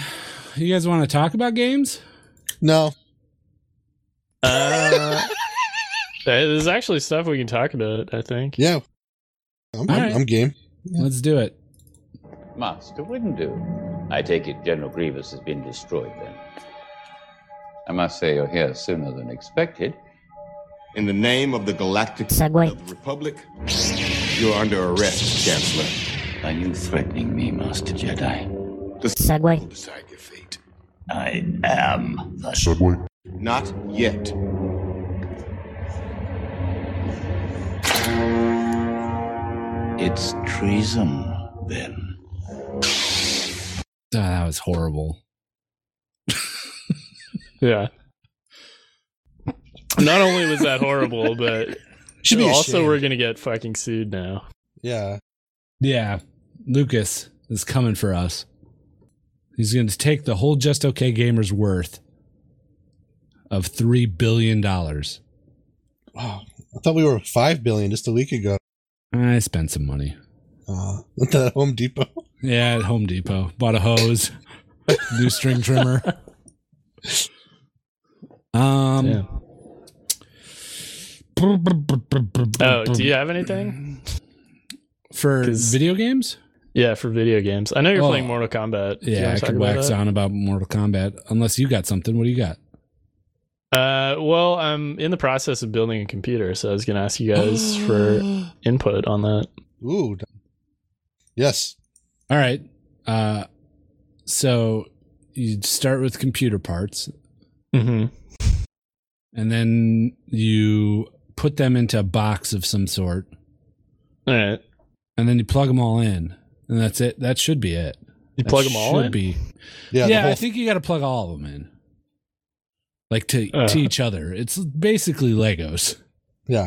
[SPEAKER 1] You guys want to talk about games?
[SPEAKER 2] No,
[SPEAKER 3] Uh, there's actually stuff we can talk about. I think.
[SPEAKER 2] yeah, I'm,
[SPEAKER 1] All
[SPEAKER 2] I'm,
[SPEAKER 1] right.
[SPEAKER 2] I'm game.
[SPEAKER 1] Let's do it.
[SPEAKER 5] Master wouldn't do. I take it General Grievous has been destroyed then. I must say you're here sooner than expected.
[SPEAKER 6] In the name of the Galactic
[SPEAKER 7] Segway.
[SPEAKER 6] of the Republic, you're under arrest, Chancellor.
[SPEAKER 5] Are you threatening me, Master Jedi?
[SPEAKER 7] Segway.
[SPEAKER 6] Will decide your fate.
[SPEAKER 5] I am the
[SPEAKER 6] Not yet.
[SPEAKER 5] It's treason, then.
[SPEAKER 1] Oh, that was horrible.
[SPEAKER 3] Yeah. Not only was that horrible, but
[SPEAKER 2] Should be
[SPEAKER 3] also
[SPEAKER 2] ashamed.
[SPEAKER 3] we're gonna get fucking sued now.
[SPEAKER 2] yeah.
[SPEAKER 1] Yeah. Lucas is coming for us. He's going to take the whole Just Okay Gamer's worth of $3 billion. I
[SPEAKER 2] Wow, I thought we were five billion just a week ago.
[SPEAKER 1] spent some money.
[SPEAKER 2] Uh, at the Home Depot.
[SPEAKER 1] Yeah, at Home Depot. Bought a hose, new string trimmer. Um,
[SPEAKER 3] Yeah. Oh, do you have anything?
[SPEAKER 1] for
[SPEAKER 3] 'Cause-
[SPEAKER 1] video games?
[SPEAKER 3] Yeah, for video games. I know you're
[SPEAKER 1] Oh.
[SPEAKER 3] playing Mortal Kombat. Do you
[SPEAKER 1] Yeah,
[SPEAKER 3] wanna
[SPEAKER 1] I
[SPEAKER 3] talk
[SPEAKER 1] could
[SPEAKER 3] about
[SPEAKER 1] wax
[SPEAKER 3] that?
[SPEAKER 1] on about Mortal Kombat. Unless you got something. What do you got?
[SPEAKER 3] Uh, well, I'm in the process of building a computer, so I was gonna ask you guys for input on that.
[SPEAKER 2] Ooh. d- Yes.
[SPEAKER 1] All right. Uh, so you start with computer parts,
[SPEAKER 3] Mm-hmm.
[SPEAKER 1] and then you put them into a box of some sort,
[SPEAKER 3] All right,
[SPEAKER 1] and then you plug them all in, and that's it. That should be it.
[SPEAKER 3] you
[SPEAKER 1] That
[SPEAKER 3] plug them all
[SPEAKER 1] should
[SPEAKER 3] in.
[SPEAKER 1] Be.
[SPEAKER 2] Yeah.
[SPEAKER 1] Yeah,
[SPEAKER 2] the whole
[SPEAKER 1] I think you got to plug all of them in, like to
[SPEAKER 3] Uh.
[SPEAKER 1] to each other. It's basically Legos.
[SPEAKER 2] Yeah.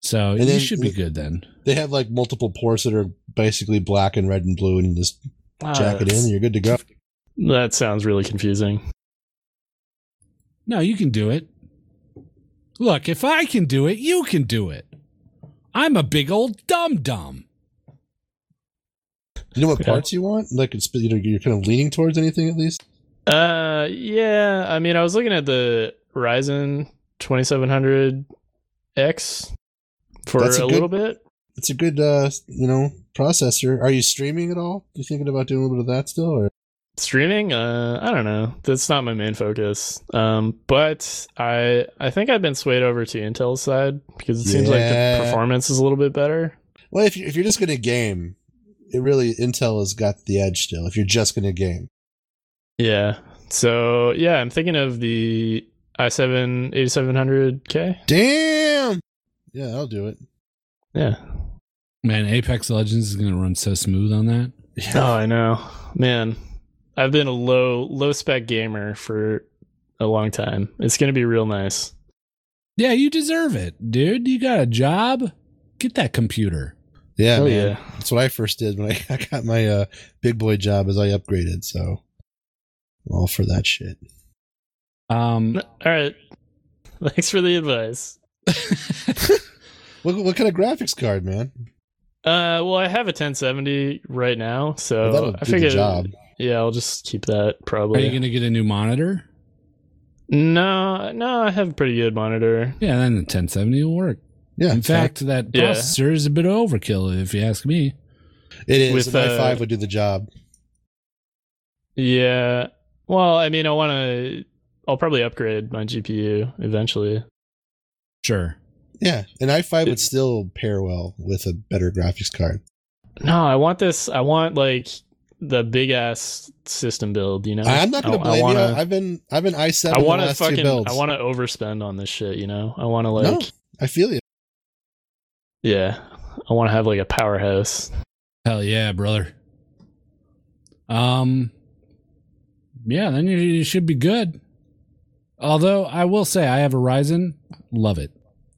[SPEAKER 1] So
[SPEAKER 2] And
[SPEAKER 1] you
[SPEAKER 2] then-
[SPEAKER 1] should be good then.
[SPEAKER 2] they have like multiple ports that are basically black and red and blue, and you just
[SPEAKER 1] Uh,
[SPEAKER 3] Wow,
[SPEAKER 2] jack it in, and
[SPEAKER 3] Ah, that's-
[SPEAKER 2] you're good to go.
[SPEAKER 3] That sounds really confusing.
[SPEAKER 1] No, you can do it. Look, if I can do it, you can do it. I'm a big old dum dum.
[SPEAKER 2] You know what
[SPEAKER 3] Yeah.
[SPEAKER 2] parts you want? Like it's you know you're kind of leaning towards anything at least.
[SPEAKER 3] Uh, yeah. I mean, I was looking at the Ryzen 2700X for
[SPEAKER 2] That's a
[SPEAKER 3] a,
[SPEAKER 2] good-
[SPEAKER 3] little bit.
[SPEAKER 2] It's a good uh you know processor. Are you streaming at all? You thinking about doing a little bit of that still? Or
[SPEAKER 3] Streaming? Uh, I don't know. That's not my main focus. Um, but I I think I've been swayed over to Intel's side because it seems like the
[SPEAKER 2] Yeah.
[SPEAKER 3] performance is a little bit better.
[SPEAKER 2] well, if you if you're just gonna game, it really Intel has got the edge still. If you're just gonna game,
[SPEAKER 3] Yeah. So yeah, I'm thinking of the i7 8700K.
[SPEAKER 2] damn. Yeah, I'll do it.
[SPEAKER 3] Yeah.
[SPEAKER 1] Man, Apex Legends is going to run so smooth on that.
[SPEAKER 3] Oh, I know, man. I've been a low low spec gamer for a long time. It's gonna be real nice.
[SPEAKER 1] Yeah, you deserve it, dude. You got a job. Get that computer.
[SPEAKER 2] Yeah,
[SPEAKER 3] Oh,
[SPEAKER 2] man.
[SPEAKER 3] yeah.
[SPEAKER 2] That's what I first did when I, I got my uh, big boy job as I upgraded. So all for that shit.
[SPEAKER 1] Um,
[SPEAKER 3] All right. Thanks for the advice.
[SPEAKER 2] What, what kind of graphics card, man?
[SPEAKER 3] Uh, well, I have a 1070 right now, so
[SPEAKER 2] Well, that'll
[SPEAKER 3] Uh,
[SPEAKER 2] do
[SPEAKER 3] I
[SPEAKER 2] the
[SPEAKER 3] figured,
[SPEAKER 2] job.
[SPEAKER 3] yeah, I'll just keep that
[SPEAKER 1] are
[SPEAKER 3] probably.
[SPEAKER 1] you gonna get a new monitor?
[SPEAKER 3] no, no, I have a pretty good monitor.
[SPEAKER 1] Yeah, then the 1070 will work.
[SPEAKER 2] Yeah,
[SPEAKER 1] In fact, that
[SPEAKER 3] Yeah.
[SPEAKER 1] processor is a bit overkill, if you ask me.
[SPEAKER 2] it is.
[SPEAKER 3] with,
[SPEAKER 2] An i5
[SPEAKER 3] uh,
[SPEAKER 2] would do the job.
[SPEAKER 3] Yeah. Well, I mean, I want to. I'll probably upgrade my GPU eventually.
[SPEAKER 1] Sure.
[SPEAKER 2] Yeah, an i5 would
[SPEAKER 3] it-
[SPEAKER 2] still pair well with a better graphics card.
[SPEAKER 3] No, I want this. I want like the big ass system build. You know,
[SPEAKER 2] I'm not going
[SPEAKER 3] I-
[SPEAKER 2] to
[SPEAKER 3] I
[SPEAKER 2] blame
[SPEAKER 3] wanna-
[SPEAKER 2] you. I've been I've been i7
[SPEAKER 3] I
[SPEAKER 2] the
[SPEAKER 3] want to
[SPEAKER 2] last two
[SPEAKER 3] fucking.
[SPEAKER 2] builds.
[SPEAKER 3] I want to overspend on this shit. You know, I want to like.
[SPEAKER 2] No. I feel you.
[SPEAKER 3] Yeah, I want to have like a powerhouse.
[SPEAKER 1] Hell yeah, brother. Um, yeah, then you, you should be good. Although I will say, I have a Ryzen. Love it.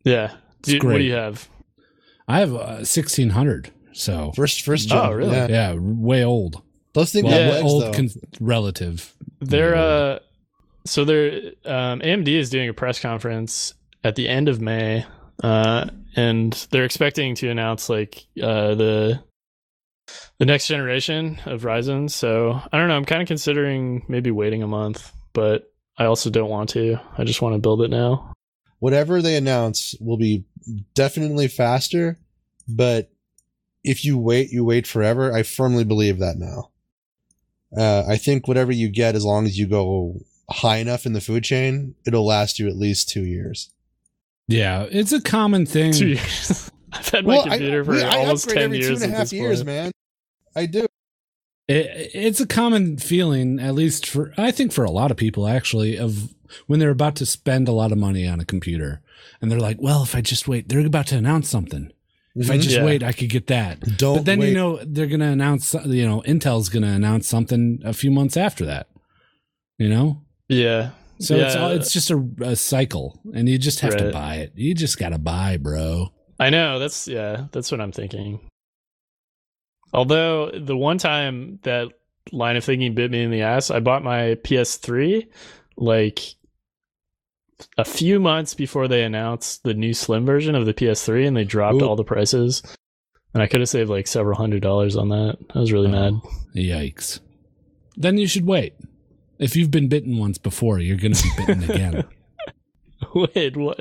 [SPEAKER 3] Yeah. Do,
[SPEAKER 1] It's
[SPEAKER 3] what
[SPEAKER 1] great.
[SPEAKER 3] do you have?
[SPEAKER 1] I have a 1600. So
[SPEAKER 2] First first
[SPEAKER 3] Oh,
[SPEAKER 2] job.
[SPEAKER 3] really?
[SPEAKER 2] Yeah.
[SPEAKER 1] yeah, way old.
[SPEAKER 2] Those things
[SPEAKER 1] Well,
[SPEAKER 2] have
[SPEAKER 3] Yeah.
[SPEAKER 2] legs,
[SPEAKER 1] old
[SPEAKER 2] though.
[SPEAKER 1] con- relative.
[SPEAKER 3] They're
[SPEAKER 1] Yeah.
[SPEAKER 3] uh, so they're um, AMD is doing a press conference at the end of May, uh, and they're expecting to announce like uh the the next generation of Ryzen. So I don't know. I'm kind of considering maybe waiting a month, but I also don't want to. I just want to build it now.
[SPEAKER 2] whatever they announce will be definitely faster, but if you wait, you wait forever. I firmly believe that now. Uh, I think whatever you get, as long as you go high enough in the food chain, it'll last you at least two years.
[SPEAKER 1] Yeah, it's a common thing.
[SPEAKER 3] Two years. I've had my computer for
[SPEAKER 2] Hmm. we-
[SPEAKER 3] almost
[SPEAKER 2] upgrade
[SPEAKER 3] ten years.
[SPEAKER 2] two and a
[SPEAKER 3] at
[SPEAKER 2] half
[SPEAKER 3] this
[SPEAKER 2] years,
[SPEAKER 3] point.
[SPEAKER 2] man. I do.
[SPEAKER 1] It, it's a common feeling, at least for I think for a lot of people actually, of when they're about to spend a lot of money on a computer, and they're like, "Well, if I just wait, they're about to announce something. If I
[SPEAKER 2] Mhm.
[SPEAKER 1] just
[SPEAKER 3] Mm-hmm. Yeah.
[SPEAKER 1] wait, I could get that."
[SPEAKER 2] don't,
[SPEAKER 1] but then
[SPEAKER 2] wait.
[SPEAKER 1] you know they're gonna announce, you know, Intel's gonna announce something a few months after that. You know,
[SPEAKER 3] Yeah.
[SPEAKER 1] so it's
[SPEAKER 3] Yeah.
[SPEAKER 1] all, it's just a, a cycle, and you just have to
[SPEAKER 3] Right.
[SPEAKER 1] buy it. You just gotta buy, bro.
[SPEAKER 3] I know. That's yeah. That's what I'm thinking. Although the one time that line of thinking bit me in the ass, I bought my PS3 like a few months before they announced the new slim version of the PS3, and they dropped
[SPEAKER 2] Ooh.
[SPEAKER 3] all the prices. And I could have saved like several hundred dollars on that. I was really mad.
[SPEAKER 1] Yikes. Then you should wait. If you've been bitten once before, you're going to be bitten again.
[SPEAKER 3] wait, what?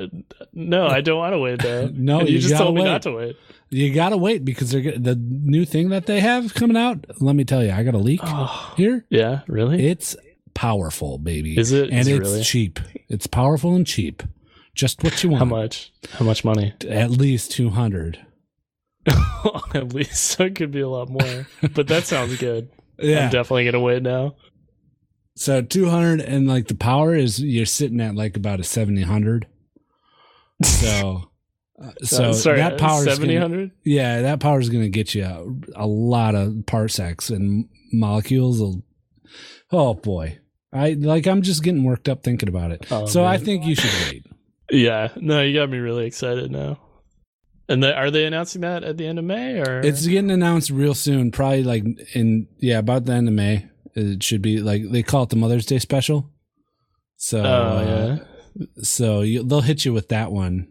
[SPEAKER 3] No, I don't want to wait though.
[SPEAKER 1] No,
[SPEAKER 3] And
[SPEAKER 1] you
[SPEAKER 3] you just
[SPEAKER 1] gotta
[SPEAKER 3] told me
[SPEAKER 1] wait.
[SPEAKER 3] not to wait.
[SPEAKER 1] You got to wait because they're get- the new thing that they have coming out. Let me tell you, I got a leak
[SPEAKER 3] Oh,
[SPEAKER 1] here.
[SPEAKER 3] yeah, really?
[SPEAKER 1] It's powerful, baby.
[SPEAKER 3] Is it?
[SPEAKER 1] and
[SPEAKER 3] Is it
[SPEAKER 1] it's
[SPEAKER 3] really?
[SPEAKER 1] cheap. It's powerful and cheap. Just what you want.
[SPEAKER 3] How much? How much money?
[SPEAKER 1] At least 200.
[SPEAKER 3] At least it could be a lot more. But that sounds good.
[SPEAKER 1] Yeah.
[SPEAKER 3] I'm definitely gonna wait now.
[SPEAKER 1] so 200 and like the power is you're sitting at like about a 7000. So uh, so
[SPEAKER 3] I'm sorry,
[SPEAKER 1] that power is
[SPEAKER 3] seventy
[SPEAKER 1] gonna-
[SPEAKER 3] hundred.
[SPEAKER 1] Yeah, that power is going to get you a, a lot of parsecs and molecules. will- Oh boy, I like. I'm just getting worked up thinking about it.
[SPEAKER 3] Oh,
[SPEAKER 1] so I
[SPEAKER 3] man.
[SPEAKER 1] think you should wait.
[SPEAKER 3] Yeah, no, you got me really excited now. And the, are they announcing that at the end of May or
[SPEAKER 1] It's getting announced real soon. Probably like in yeah, about the end of May. It should be like they call it the Mother's Day special. So
[SPEAKER 3] oh
[SPEAKER 1] uh,
[SPEAKER 3] yeah.
[SPEAKER 1] so you, they'll hit you with that one,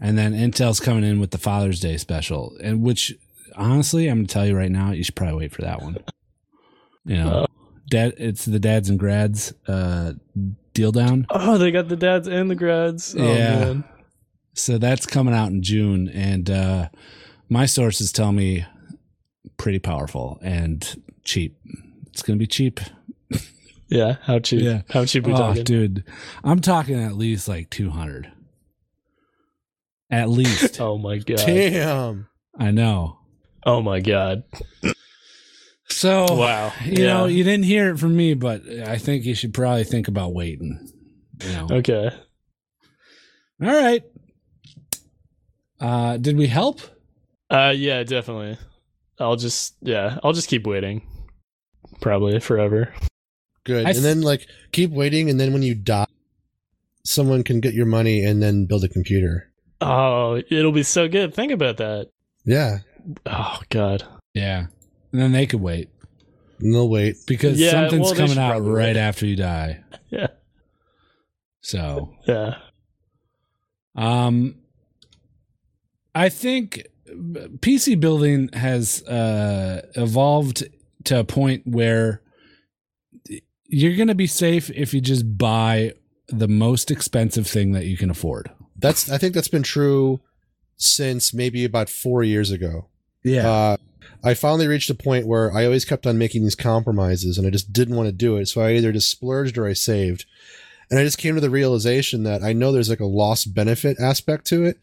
[SPEAKER 1] and then Intel's coming in with the Father's Day special, and which honestly, I'm gonna tell you right now, you should probably wait for that one. You
[SPEAKER 3] Oh.
[SPEAKER 1] know, dad, it's the dads and grads uh, deal down,
[SPEAKER 3] Oh, they got the dads and the grads. Oh,
[SPEAKER 1] Yeah.
[SPEAKER 3] man.
[SPEAKER 1] so that's coming out in June, and uh, my sources tell me pretty powerful and cheap. It's gonna be cheap.
[SPEAKER 3] Yeah. How cheap?
[SPEAKER 1] Yeah.
[SPEAKER 3] How cheap we
[SPEAKER 1] Oh,
[SPEAKER 3] talking?
[SPEAKER 1] dude, I'm talking at least like 200. At least.
[SPEAKER 3] Oh my god.
[SPEAKER 2] Damn.
[SPEAKER 1] I know.
[SPEAKER 3] Oh my god.
[SPEAKER 1] So
[SPEAKER 3] wow.
[SPEAKER 1] Oh, you know,
[SPEAKER 3] Yeah.
[SPEAKER 1] you didn't hear it from me, but I think you should probably think about waiting. You know.
[SPEAKER 3] Okay.
[SPEAKER 1] All right. Uh, did we help?
[SPEAKER 3] Uh yeah, definitely. I'll just yeah, I'll just keep waiting. Probably forever.
[SPEAKER 2] Good.
[SPEAKER 1] I
[SPEAKER 2] and then like keep waiting, and then when you die, someone can get your money and then build a computer.
[SPEAKER 3] Oh, it'll be so good. Think about that.
[SPEAKER 2] Yeah,
[SPEAKER 3] Oh God.
[SPEAKER 1] Yeah. And then they could wait
[SPEAKER 2] and they'll wait.
[SPEAKER 1] because
[SPEAKER 3] Yeah,
[SPEAKER 1] something's
[SPEAKER 3] well, they
[SPEAKER 1] coming
[SPEAKER 3] should
[SPEAKER 1] out
[SPEAKER 3] probably
[SPEAKER 1] right
[SPEAKER 3] wait.
[SPEAKER 1] after you die.
[SPEAKER 3] Yeah.
[SPEAKER 1] So,
[SPEAKER 3] Yeah.
[SPEAKER 1] um, I think PC building has uh, evolved to a point where you're going to be safe if you just buy the most expensive thing that you can afford.
[SPEAKER 2] That's I think that's been true since maybe about four years ago.
[SPEAKER 1] Yeah.
[SPEAKER 2] Uh, I finally reached a point where I always kept on making these compromises and I just didn't want to do it. So I either just splurged or I saved. And I just came to the realization that I know there's like a lost benefit aspect to it,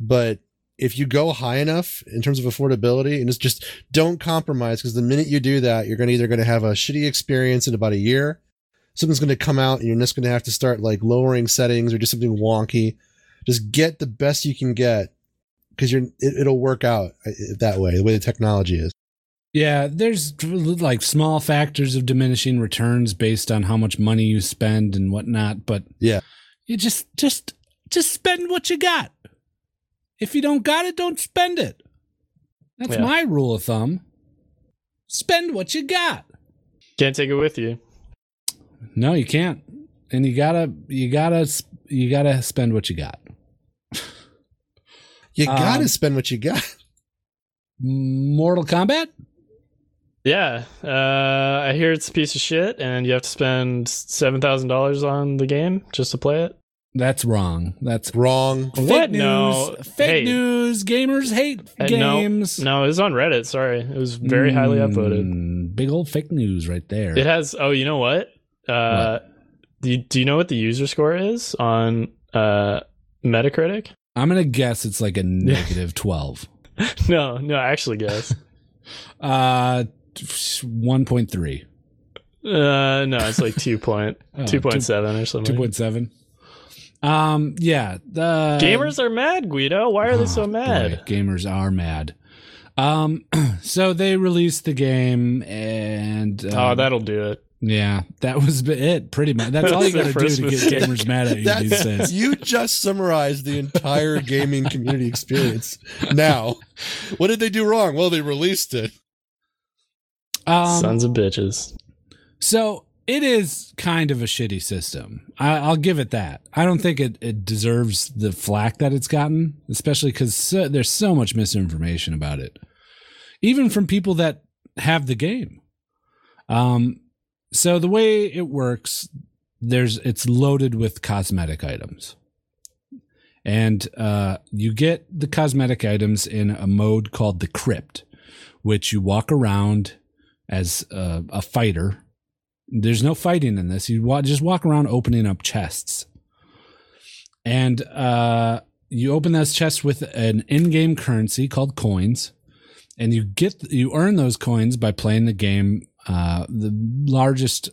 [SPEAKER 2] but if you go high enough in terms of affordability and it's just don't compromise because the minute you do that, you're going to either going to have a shitty experience in about a year, something's going to come out and you're just going to have to start like lowering settings or do something wonky. Just get the best you can get because you're it, it'll work out uh, that way the way the technology is
[SPEAKER 1] Yeah, there's like small factors of diminishing returns based on how much money you spend and whatnot, but
[SPEAKER 2] Yeah.
[SPEAKER 1] you just just just spend what you got. If you don't got it, don't spend it. That's
[SPEAKER 3] Yeah.
[SPEAKER 1] my rule of thumb. Spend what you got.
[SPEAKER 3] Can't take it with you.
[SPEAKER 1] No, you can't. And you gotta you gotta you gotta spend what you got.
[SPEAKER 2] you
[SPEAKER 1] Um,
[SPEAKER 2] gotta spend what you got
[SPEAKER 1] Mortal Kombat.
[SPEAKER 3] Yeah. Uh, I hear it's a piece of shit, and you have to spend seven thousand dollars on the game just to play it.
[SPEAKER 1] That's wrong. That's
[SPEAKER 2] wrong
[SPEAKER 1] Fake
[SPEAKER 3] What?
[SPEAKER 1] news.
[SPEAKER 3] No.
[SPEAKER 1] Fake
[SPEAKER 3] Hey.
[SPEAKER 1] news. Gamers hate
[SPEAKER 3] Uh, no.
[SPEAKER 1] games.
[SPEAKER 3] No, it was on Reddit. Sorry, it was very highly upvoted.
[SPEAKER 1] Mm, Big old fake news right there.
[SPEAKER 3] It has. Oh, you know what? Uh, Do, you, do you know what the user score is on uh, Metacritic?
[SPEAKER 1] I'm gonna guess it's like a negative twelve.
[SPEAKER 3] No, no, I actually guess.
[SPEAKER 1] Uh, one point three.
[SPEAKER 3] uh, no, it's like two point
[SPEAKER 1] Oh,
[SPEAKER 3] two point seven or something.
[SPEAKER 1] Two point seven. Um. Yeah. The
[SPEAKER 3] Gamers are mad, Guido. Why are they
[SPEAKER 1] Oh,
[SPEAKER 3] so mad?
[SPEAKER 1] boy, gamers are mad. Um. so they released the game, and
[SPEAKER 3] oh,
[SPEAKER 1] um,
[SPEAKER 3] that'll do it.
[SPEAKER 1] yeah, that was it. Pretty much. That's all you gotta
[SPEAKER 3] That's their
[SPEAKER 1] do
[SPEAKER 3] first
[SPEAKER 1] to get gamers
[SPEAKER 3] mistake.
[SPEAKER 1] mad at you these
[SPEAKER 2] That's,
[SPEAKER 1] days.
[SPEAKER 2] you just summarized the entire gaming community experience now what did they do wrong well they released it
[SPEAKER 1] Um,
[SPEAKER 3] Sons of bitches.
[SPEAKER 1] So it is kind of a shitty system. I, I'll give it that. I don't think it, it deserves the flack that it's gotten, especially because so, there's so much misinformation about it, even from people that have the game. Um, so the way it works, there's it's loaded with cosmetic items. And uh, you get the cosmetic items in a mode called the crypt, which you walk around as a, a fighter. There's no fighting in this. You wa- just walk around opening up chests. And uh, you open those chests with an in game currency called coins. And you get you earn those coins by playing the game. Uh, the largest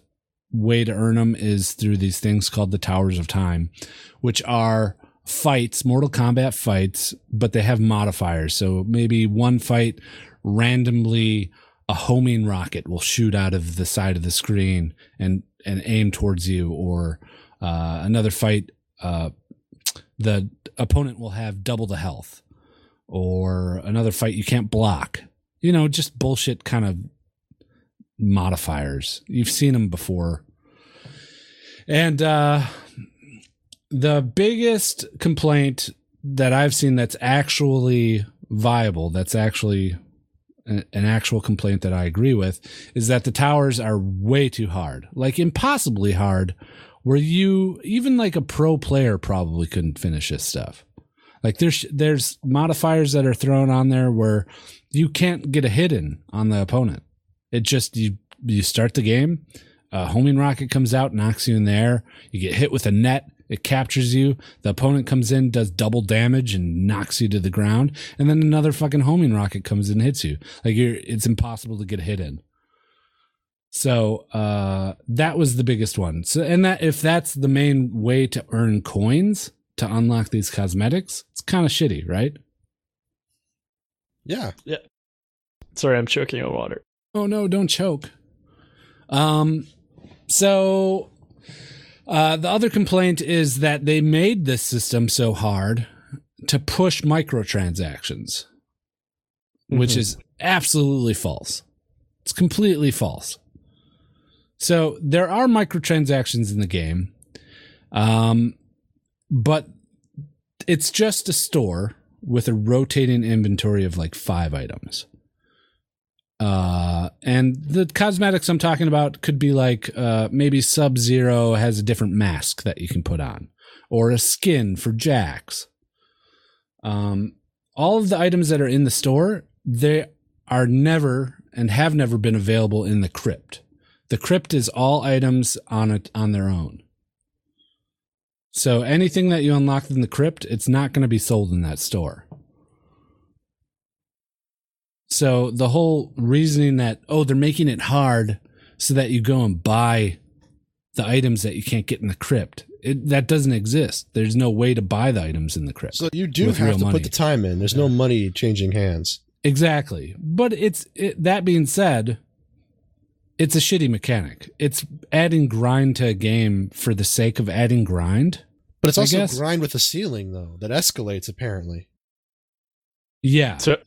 [SPEAKER 1] way to earn them is through these things called the Towers of Time, which are fights, Mortal Kombat fights, but they have modifiers. So maybe one fight randomly a homing rocket will shoot out of the side of the screen and and aim towards you or uh, another fight uh, the opponent will have double the health or another fight you can't block you know just bullshit kind of modifiers you've seen them before and uh the biggest complaint that i've seen that's actually viable that's actually an an actual complaint that I agree with is that the towers are way too hard, like impossibly hard, where you even like a pro player probably couldn't finish this stuff. Like there's there's modifiers that are thrown on there where you can't get a hit in on the opponent. It just you you start the game, a homing rocket comes out, knocks you in the air, you get hit with a net, it captures you, the opponent comes in, does double damage and knocks you to the ground, and then another fucking homing rocket comes and hits you. Like you're it's impossible to get hit in. So uh that was the biggest one. So and that if that's the main way to earn coins to unlock these cosmetics, it's kind of shitty, right?
[SPEAKER 2] yeah
[SPEAKER 3] Sorry, I'm choking on water.
[SPEAKER 1] Oh no, don't choke. Um so Uh, the other complaint is that they made this system so hard to push microtransactions, which
[SPEAKER 3] Mhm.
[SPEAKER 1] is absolutely false. It's completely false. So there are microtransactions in the game, um, but it's just a store with a rotating inventory of like five items. Uh, and the cosmetics I'm talking about could be like uh, maybe Sub Zero has a different mask that you can put on, or a skin for Jax. Um, all of the items that are in the store, they are never and have never been available in the crypt. The crypt is all items on it on their own. So anything that you unlock in the crypt, it's not going to be sold in that store. So the whole reasoning that oh they're making it hard so that you go and buy the items that you can't get in the crypt it, that doesn't exist. There's no way to buy the items in the crypt.
[SPEAKER 2] So you do
[SPEAKER 1] With real
[SPEAKER 2] have to
[SPEAKER 1] money.
[SPEAKER 2] put the time in. There's no money changing hands.
[SPEAKER 1] Exactly. But it's it, that being said, it's a shitty mechanic. It's adding grind to a game for the sake of adding grind.
[SPEAKER 2] But it's
[SPEAKER 1] I
[SPEAKER 2] also
[SPEAKER 1] guess-
[SPEAKER 2] grind with a ceiling though that escalates apparently.
[SPEAKER 1] Yeah.
[SPEAKER 3] So,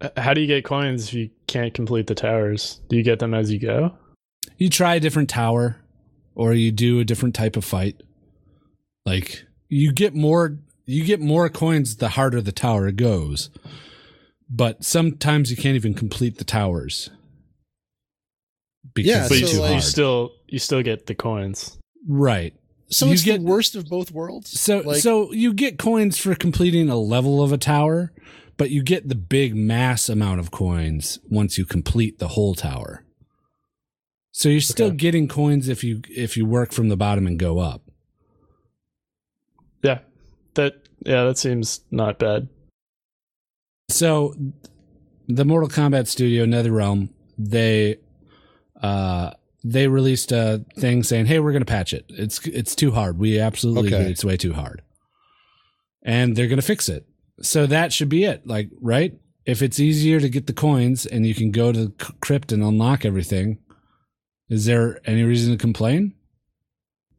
[SPEAKER 3] h- how do you get coins if you can't complete the towers? Do you get them as you go?
[SPEAKER 1] you try a different tower or you do a different type of fight. Like you get more you get more coins the harder the tower goes. But sometimes you can't even complete the towers. Because
[SPEAKER 2] Yeah,
[SPEAKER 1] yeah,
[SPEAKER 3] But
[SPEAKER 2] so
[SPEAKER 3] you,
[SPEAKER 1] it's too
[SPEAKER 3] you
[SPEAKER 2] like-
[SPEAKER 1] hard.
[SPEAKER 3] still you still get the coins.
[SPEAKER 1] right.
[SPEAKER 2] So
[SPEAKER 1] You
[SPEAKER 2] it's
[SPEAKER 1] get-
[SPEAKER 2] the worst of both worlds.
[SPEAKER 1] So
[SPEAKER 2] Like-
[SPEAKER 1] so you get coins for completing a level of a tower, but you get the big mass amount of coins once you complete the whole tower. So you're still
[SPEAKER 3] Okay.
[SPEAKER 1] getting coins if you if you work from the bottom and go up.
[SPEAKER 3] Yeah, that yeah that seems not bad.
[SPEAKER 1] So the Mortal Kombat studio NetherRealm, they uh they released a thing saying, "Hey, we're going to patch it. It's it's too hard. We absolutely
[SPEAKER 2] Okay.
[SPEAKER 1] agree it's way too hard." And they're going to fix it. So that should be it. Like, right? If it's easier to get the coins and you can go to the c- crypt and unlock everything, is there any reason to complain?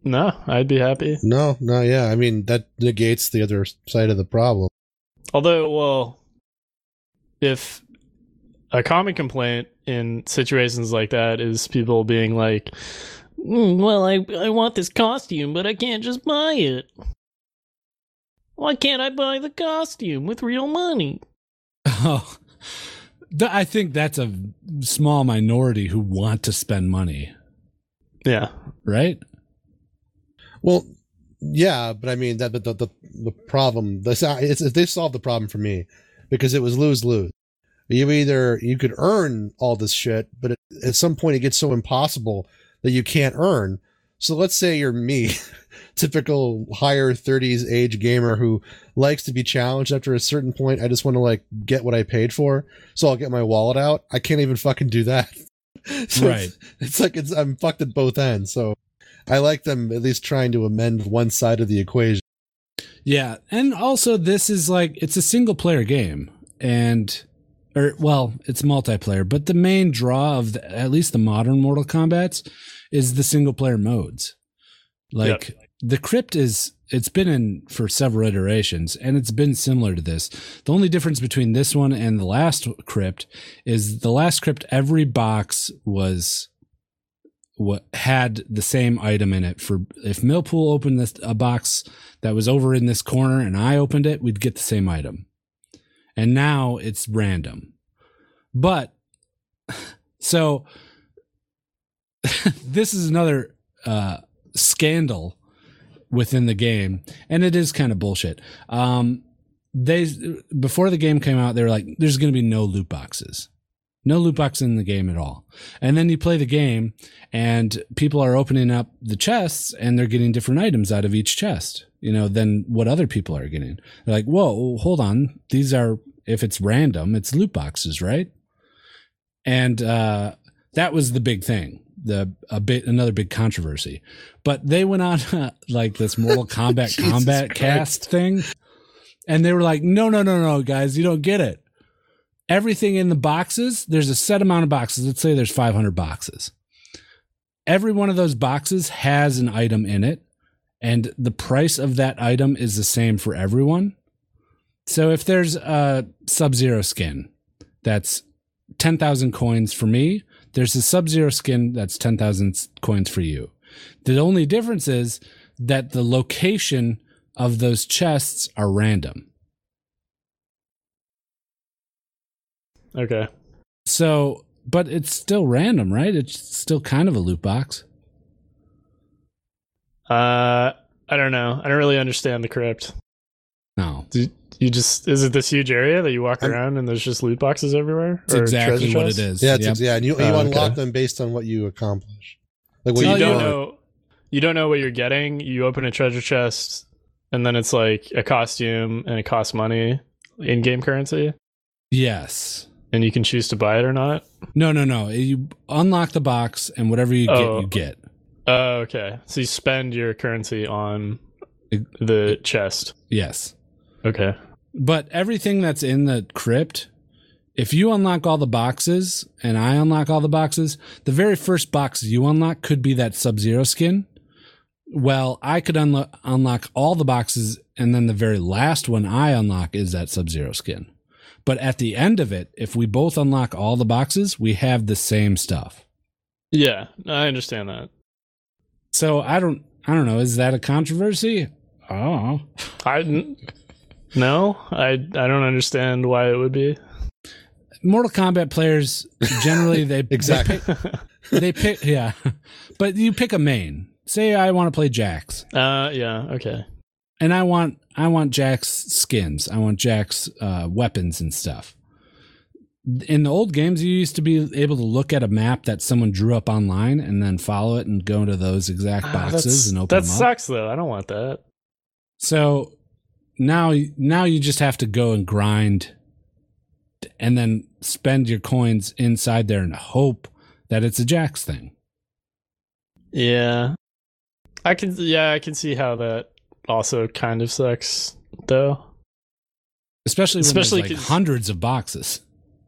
[SPEAKER 3] No, I'd be happy.
[SPEAKER 2] No, no, yeah. I mean that negates the other side of the problem.
[SPEAKER 3] Although, well, if a common complaint in situations like that is people being like, "Mm, "Well, I I want this costume, but I can't just buy it. Why can't I buy the costume with real money?"
[SPEAKER 1] Oh, th- I think that's a small minority who want to spend money,
[SPEAKER 3] Yeah,
[SPEAKER 1] right?
[SPEAKER 2] Well, yeah, but I mean that but the the, the problem the, it's, they solved the problem for me because it was lose lose. You either you could earn all this shit, but it, at some point it gets so impossible that you can't earn. So let's say you're me, typical higher 30s age gamer who likes to be challenged after a certain point. I just want to like get what I paid for, so I'll get my wallet out. I can't even fucking do that. So
[SPEAKER 1] Right.
[SPEAKER 2] It's, it's like it's I'm fucked at both ends. So I like them at least trying to amend one side of the equation.
[SPEAKER 1] Yeah, and also this is like it's a single player game, and or well, it's multiplayer, but the main draw of the, at least the modern Mortal Kombat's is the single player modes. Like the crypt is it's been in for several iterations and it's been similar to this. The only difference between this one and the last crypt is the last crypt every box was what had the same item in it for if Millpool opened this a box that was over in this corner and I opened it, we'd get the same item. And now it's random. But so this is another uh, scandal within the game, and it is kind of bullshit. Um, they before the game came out, they were like, "There's going to be no loot boxes, no loot box in the game at all." And then you play the game, and people are opening up the chests, and they're getting different items out of each chest, you know, than what other people are getting. They're like, "Whoa, hold on, these are if it's random, it's loot boxes, right?" And uh, that was the big thing the a bit another big controversy but they went on uh, like this mortal kombat
[SPEAKER 2] Jesus
[SPEAKER 1] combat
[SPEAKER 2] Christ.
[SPEAKER 1] cast thing and they were like no no no no guys you don't get it everything in the boxes there's a set amount of boxes let's say there's 500 boxes every one of those boxes has an item in it, and the price of that item is the same for everyone. So if there's a Sub Zero skin that's 10,000 coins for me, there's a Sub Zero skin that's 10,000 coins for you. The only difference is that the location of those chests are random.
[SPEAKER 3] Okay.
[SPEAKER 1] So, but it's still random, right? It's still kind of a loot box.
[SPEAKER 3] Uh, I don't know. I don't really understand the crypt.
[SPEAKER 1] No,
[SPEAKER 3] Do you just is it this huge area that you walk
[SPEAKER 2] I'm-
[SPEAKER 3] around and there's just loot boxes everywhere?
[SPEAKER 1] it's
[SPEAKER 3] Or
[SPEAKER 1] exactly
[SPEAKER 3] treasure
[SPEAKER 1] what it
[SPEAKER 3] chests?
[SPEAKER 1] is.
[SPEAKER 2] Yeah, that's
[SPEAKER 1] Yep.
[SPEAKER 2] ex- yeah, and
[SPEAKER 1] Uh,
[SPEAKER 2] you, you
[SPEAKER 3] Oh,
[SPEAKER 2] unlock
[SPEAKER 3] okay.
[SPEAKER 2] them based on what you accomplish. Like
[SPEAKER 3] So
[SPEAKER 2] what
[SPEAKER 1] Well,
[SPEAKER 3] you
[SPEAKER 1] you
[SPEAKER 3] don't
[SPEAKER 1] are-
[SPEAKER 2] earn.
[SPEAKER 3] know you don't know what you're getting. You open a treasure chest and then it's like a costume and it costs money in game currency
[SPEAKER 1] yes.
[SPEAKER 3] and you can choose to buy it or not.
[SPEAKER 1] No, no, no. You unlock the box, and whatever you get,
[SPEAKER 3] Oh.
[SPEAKER 1] you get.
[SPEAKER 3] Oh, okay. So you spend your currency on
[SPEAKER 1] It-
[SPEAKER 3] the chest.
[SPEAKER 1] Yes.
[SPEAKER 3] Okay.
[SPEAKER 1] But everything that's in the crypt, if you unlock all the boxes and I unlock all the boxes, the very first box you unlock could be that Sub Zero skin. Well, I could unlo- unlock all the boxes, and then the very last one I unlock is that Sub Zero skin. But at the end of it, if we both unlock all the boxes, we have the same stuff.
[SPEAKER 3] Yeah, I understand that.
[SPEAKER 1] So I don't, I don't know. Is that a controversy? Oh,
[SPEAKER 3] I n- no, I I don't understand why it would be.
[SPEAKER 1] Mortal Kombat players generally they they
[SPEAKER 2] Exactly.
[SPEAKER 1] they pick yeah but you pick a main say i want to play jax
[SPEAKER 3] Uh, yeah. Okay.
[SPEAKER 1] and i want i want jax skins i want jax uh, weapons and stuff in the old games you used to be able to look at a map that someone drew up online and then follow it and go into those exact
[SPEAKER 3] Ah,
[SPEAKER 1] boxes
[SPEAKER 3] that's-
[SPEAKER 1] and open
[SPEAKER 3] that
[SPEAKER 1] them up
[SPEAKER 3] sucks though. I don't want that.
[SPEAKER 1] so now now you just have to go and grind and then spend your coins inside there and hope that it's a jax thing
[SPEAKER 3] Yeah. I can. Yeah, I can see how that also kind of sucks though.
[SPEAKER 1] especially when
[SPEAKER 3] Especially
[SPEAKER 1] there's like
[SPEAKER 3] 'cause-
[SPEAKER 1] hundreds of boxes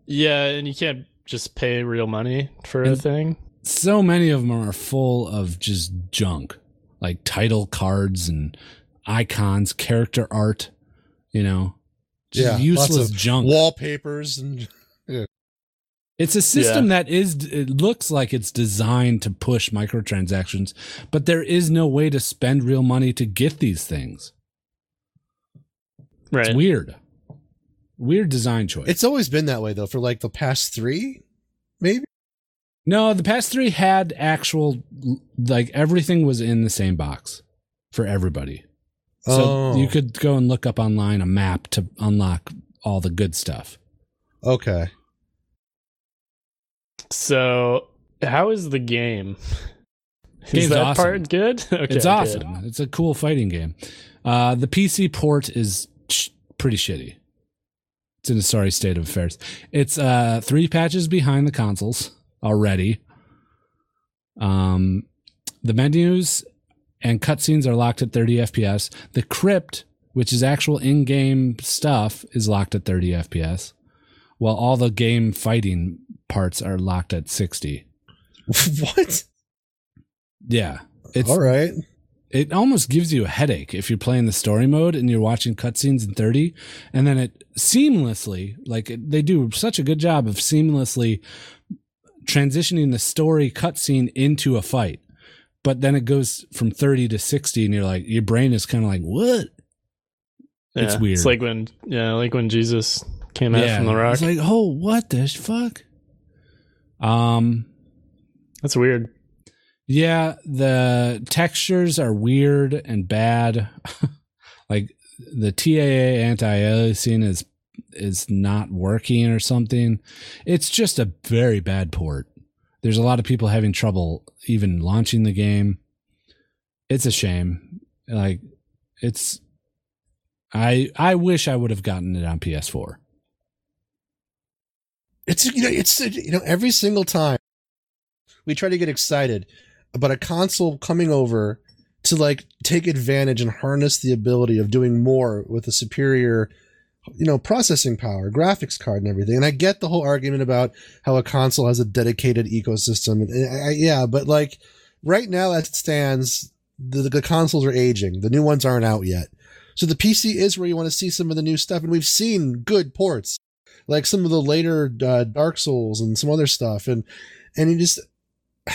[SPEAKER 3] Yeah, and you can't just pay real money for a
[SPEAKER 1] And-
[SPEAKER 3] thing.
[SPEAKER 1] so many of them are full of just junk like title cards and icons character art you know just
[SPEAKER 2] Yeah, lots
[SPEAKER 1] useless
[SPEAKER 2] of
[SPEAKER 1] junk
[SPEAKER 2] wallpapers and
[SPEAKER 1] it's a system that is it looks like it's designed to push microtransactions but there is no way to spend real money to get these things
[SPEAKER 3] Right.
[SPEAKER 1] it's weird weird design choice
[SPEAKER 2] it's always been that way though for like the past three, maybe.
[SPEAKER 1] no the past three had actual like everything was in the same box for everybody So
[SPEAKER 2] oh,
[SPEAKER 1] you could go and look up online a map to unlock all the good stuff.
[SPEAKER 2] Oh, okay.
[SPEAKER 3] So, how is the game?
[SPEAKER 1] Game's
[SPEAKER 3] is that
[SPEAKER 1] awesome.
[SPEAKER 3] part good? Okay,
[SPEAKER 1] it's
[SPEAKER 3] good.
[SPEAKER 1] awesome. It's a cool fighting game. Uh, the PC port is sh- pretty shitty. It's in a sorry state of affairs. It's uh, three patches behind the consoles already. Um, the menus and cutscenes are locked at 30 FPS. The crypt, which is actual in-game stuff, is locked at 30 FPS, while all the game fighting parts are locked at 60.
[SPEAKER 2] what?
[SPEAKER 1] Yeah, it's
[SPEAKER 2] All right.
[SPEAKER 1] it almost gives you a headache if you're playing the story mode and you're watching cutscenes in 30 and then it seamlessly like it- they do such a good job of seamlessly transitioning the story cutscene into a fight but then it goes from 30 to 60 and you're like your brain is kind of like what It's
[SPEAKER 3] Yeah,
[SPEAKER 1] weird.
[SPEAKER 3] It's like when yeah, like when Jesus came out from the rock.
[SPEAKER 1] it's like oh what the fuck um
[SPEAKER 3] That's weird.
[SPEAKER 1] Yeah, the textures are weird and bad. like the TAA anti-aliasing is is not working or something. It's just a very bad port. There's a lot of people having trouble even launching the game. It's a shame. Like it's I I wish I would have gotten it on PS4.
[SPEAKER 2] It's you know it's you know every single time we try to get excited about a console coming over to like take advantage and harness the ability of doing more with a superior you know processing power graphics card and everything and i get the whole argument about how a console has a dedicated ecosystem and, and I, I- yeah but like right now, as it stands, the, the consoles are aging. The new ones aren't out yet. So the PC is where you want to see some of the new stuff, and we've seen good ports, like some of the later uh, Dark Souls and some other stuff, and and you just.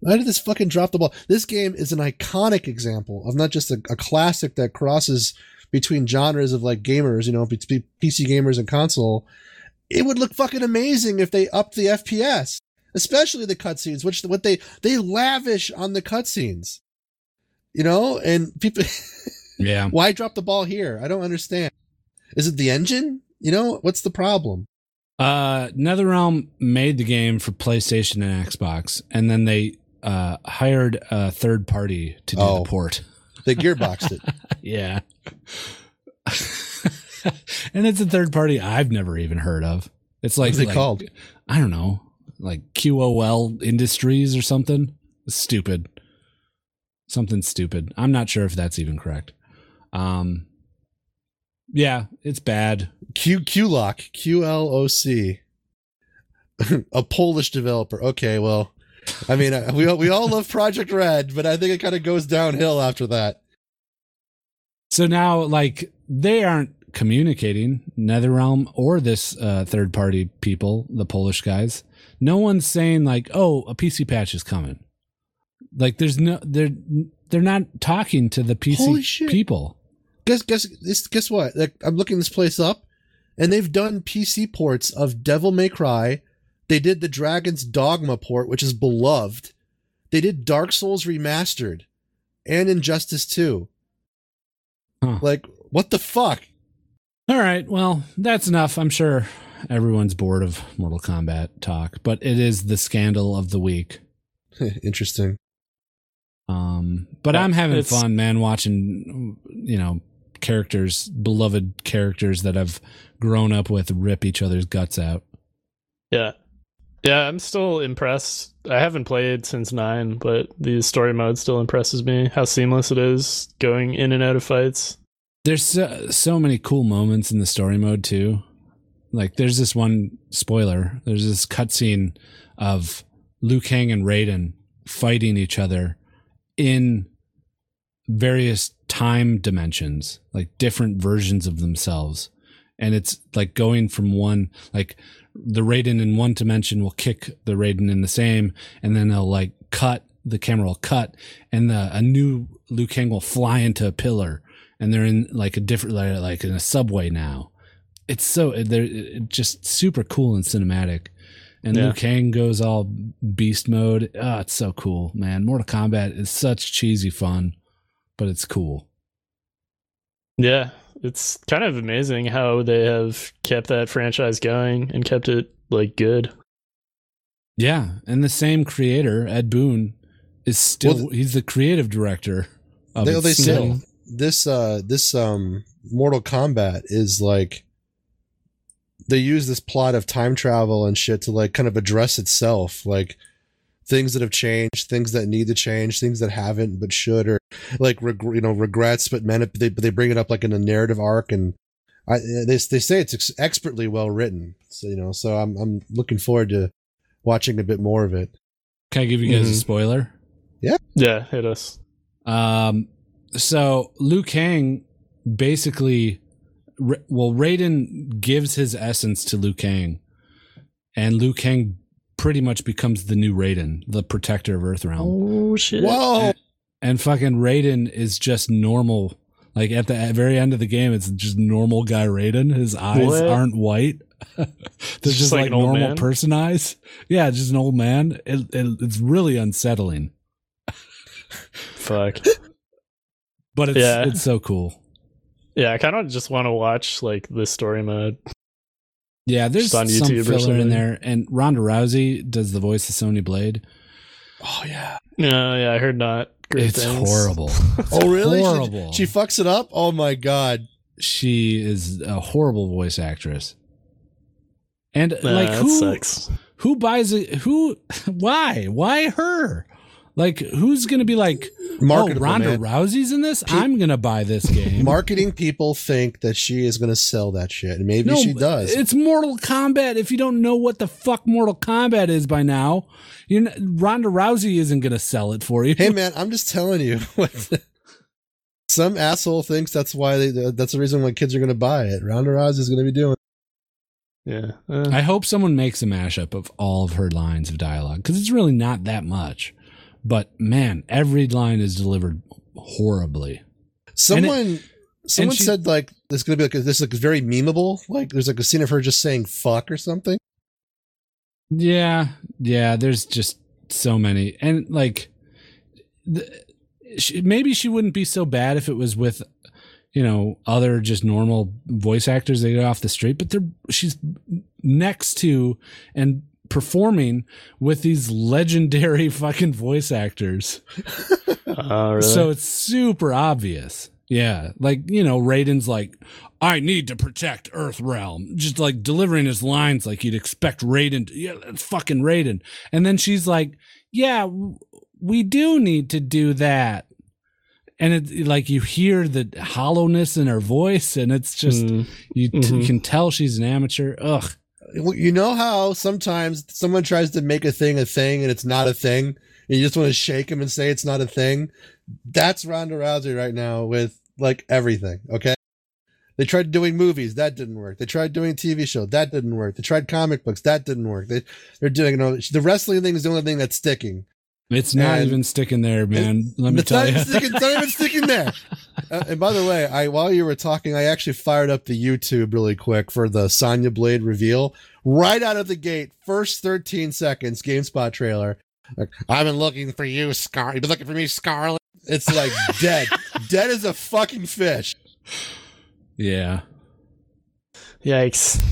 [SPEAKER 2] Why did this fucking drop the ball? This game is an iconic example of not just a, a classic that crosses between genres of like gamers, you know, be- be- PC gamers and console. It would look fucking amazing if they upped the FPS, especially the cutscenes, which what they they lavish on the cutscenes, you know, and people.
[SPEAKER 1] Yeah.
[SPEAKER 2] Why drop the ball here? I don't understand. Is it the engine? You know, what's the problem?
[SPEAKER 1] Uh, NetherRealm made the game for PlayStation and Xbox, and then they uh, hired a third party to do
[SPEAKER 2] Oh.
[SPEAKER 1] the port.
[SPEAKER 2] They gearboxed it.
[SPEAKER 1] Yeah. and it's a third party I've never even heard of. It's like
[SPEAKER 2] What's it
[SPEAKER 1] like-
[SPEAKER 2] called?
[SPEAKER 1] I don't know, like QOL Industries or something. Stupid. Something stupid. I'm not sure if that's even correct. Um Yeah, it's bad.
[SPEAKER 2] Q QLOC. Q L O C. A Polish developer. Okay, well, I mean, I- we all- we all love Project Red, but I think it kind of goes downhill after that.
[SPEAKER 1] So now like they aren't communicating NetherRealm or this uh third party people, the Polish guys. No one's saying like, "Oh, a PC patch is coming." Like there's no they're they're not talking to the
[SPEAKER 2] Holy
[SPEAKER 1] PC
[SPEAKER 2] shit.
[SPEAKER 1] people.
[SPEAKER 2] Guess guess this, guess what? Like, I'm looking this place up, and they've done PC ports of Devil May Cry. They did the Dragon's Dogma port, which is beloved. They did Dark Souls Remastered, and Injustice 2.
[SPEAKER 1] Huh.
[SPEAKER 2] Like, what the fuck?
[SPEAKER 1] All right. Well, that's enough. I'm sure everyone's bored of Mortal Kombat talk, but it is the scandal of the week.
[SPEAKER 2] Interesting.
[SPEAKER 1] Um, but
[SPEAKER 3] Well,
[SPEAKER 1] I'm having
[SPEAKER 3] it's-
[SPEAKER 1] fun, man, watching, you know, characters, beloved characters that I've grown up with rip each other's guts out.
[SPEAKER 3] Yeah. Yeah, I'm still impressed. I haven't played since 9, but the story mode still impresses me. How seamless it is going in and out of fights.
[SPEAKER 1] There's so, so many cool moments in the story mode, too. Like, there's this one spoiler. There's this cutscene of Liu Kang and Raiden fighting each other in various time dimensions, like different versions of themselves. And it's like going from one, like the Raiden in one dimension will kick the Raiden in the same, and then they'll like cut, the camera will cut, and the, a new Liu Kang will fly into a pillar, and they're in like a different, like, like in a subway now. It's so, they're it- just super cool and cinematic. And
[SPEAKER 3] Yeah.
[SPEAKER 1] Liu Kang goes all beast mode. Oh, it's so cool, man. Mortal Kombat is such cheesy fun, but it's cool.
[SPEAKER 3] Yeah, it's kind of amazing how they have kept that franchise going and kept it like good.
[SPEAKER 1] Yeah, and the same creator, Ed Boon, is still
[SPEAKER 2] Well,
[SPEAKER 1] he's the creative director of
[SPEAKER 2] They,
[SPEAKER 1] it
[SPEAKER 2] they
[SPEAKER 1] still.
[SPEAKER 2] said this uh this um Mortal Kombat is like they use this plot of time travel and shit to like kind of address itself, like things that have changed, things that need to change, things that haven't but should, or like reg- you know regrets but meant they but they bring it up like in a narrative arc and. I, they they say it's ex- expertly well written, so you know. So I'm I'm looking forward to watching a bit more of it.
[SPEAKER 1] Can I give you guys a
[SPEAKER 2] Mm-hmm.
[SPEAKER 3] Mhm.
[SPEAKER 1] spoiler?
[SPEAKER 3] Yeah, hit us.
[SPEAKER 1] Um, so Liu Kang basically, Ra- well, Raiden gives his essence to Liu Kang, and Liu Kang pretty much becomes the new Raiden, the protector of Earthrealm.
[SPEAKER 3] Oh shit.
[SPEAKER 2] Whoa!
[SPEAKER 1] and fucking Raiden is just normal. Like at the at very end of the game, it's just normal guy Raiden. His eyes
[SPEAKER 3] What?
[SPEAKER 1] aren't white; they're just,
[SPEAKER 3] just like
[SPEAKER 1] like,
[SPEAKER 3] an old
[SPEAKER 1] normal
[SPEAKER 3] man?
[SPEAKER 1] person eyes. Yeah, just an old man. It, it, it's really unsettling,
[SPEAKER 3] Fuck.
[SPEAKER 1] but it's
[SPEAKER 3] Yeah.
[SPEAKER 1] it's so cool.
[SPEAKER 3] Yeah, I kind of just want to watch like the story mode.
[SPEAKER 1] Yeah, there's
[SPEAKER 3] Just on
[SPEAKER 1] some
[SPEAKER 3] YouTube or
[SPEAKER 1] filler in
[SPEAKER 3] something.
[SPEAKER 1] there, and Ronda Rousey does the voice of Sonya Blade.
[SPEAKER 2] Oh yeah!
[SPEAKER 3] No, yeah, I heard not. Great
[SPEAKER 1] it's
[SPEAKER 3] things.
[SPEAKER 1] horrible.
[SPEAKER 2] Oh really? She-
[SPEAKER 1] Horrible.
[SPEAKER 2] she fucks it up. Oh my god!
[SPEAKER 1] she is a horrible voice actress. And
[SPEAKER 3] Nah,
[SPEAKER 1] like
[SPEAKER 3] that
[SPEAKER 1] who
[SPEAKER 3] sucks.
[SPEAKER 1] who buys it who why why her Like, who's going to be like, oh,
[SPEAKER 2] Marketable,
[SPEAKER 1] Ronda
[SPEAKER 2] man.
[SPEAKER 1] Rousey's in this? I'm going to buy this game.
[SPEAKER 2] Marketing people think that she is going to sell that shit, and maybe she does.
[SPEAKER 1] It's Mortal Kombat. If you don't know what the fuck Mortal Kombat is by now, you know, Ronda Rousey isn't going to sell it for you.
[SPEAKER 2] hey, man, I'm just telling you. Some asshole thinks that's why they, that's the reason why kids are going to buy it. Ronda Rousey is going to be doing.
[SPEAKER 3] Yeah. Uh,
[SPEAKER 1] I hope someone makes a mashup of all of her lines of dialogue because it's really not that much. But man, every line is delivered horribly.
[SPEAKER 2] Someone someone
[SPEAKER 1] and she-
[SPEAKER 2] said like there's going to be like a, this like very memeable. Like there's like a scene of her just saying fuck or something.
[SPEAKER 1] Yeah, yeah. There's just so many, and like, the, she, maybe she wouldn't be so bad if it was with, you know, other just normal voice actors they get off the street. But they're she's next to and performing with these legendary fucking voice actors.
[SPEAKER 3] uh,
[SPEAKER 2] Oh,
[SPEAKER 3] really?
[SPEAKER 1] So it's super obvious. Yeah. Like, you know, Raiden's like, I need to protect Earth Realm. Just like delivering his lines like you'd expect Raiden to, yeah, that's fucking Raiden. And then she's like, yeah, w- we do need to do that. And it like you hear the hollowness in her voice and it's just
[SPEAKER 3] Mm.
[SPEAKER 1] you t-
[SPEAKER 2] mm-hmm.
[SPEAKER 3] Mhm.
[SPEAKER 1] can tell she's an amateur. Ugh.
[SPEAKER 2] Well, You know how sometimes someone tries to make a thing a thing and it's not a thing, and you just want to shake him and say it's not a thing. That's Ronda Rousey right now with like everything. Okay, they tried doing movies, that didn't work. They tried doing TV show, that didn't work. They tried comic books, that didn't work. They they're doing you know the wrestling thing is the only thing that's sticking.
[SPEAKER 1] It's not
[SPEAKER 2] And-
[SPEAKER 1] even sticking there, man. Let me
[SPEAKER 2] it's not
[SPEAKER 1] tell you.
[SPEAKER 2] even sticking, it's not even sticking there. Uh, and by the way, I while you were talking, I actually fired up the YouTube really quick for the Sonya Blade reveal. Right out of the gate, first 13 seconds, GameSpot trailer. Like, I've been looking for you, Scar. You've been looking for me, Scarlet. It's like dead, dead as a fucking fish.
[SPEAKER 1] yeah.
[SPEAKER 3] Yikes.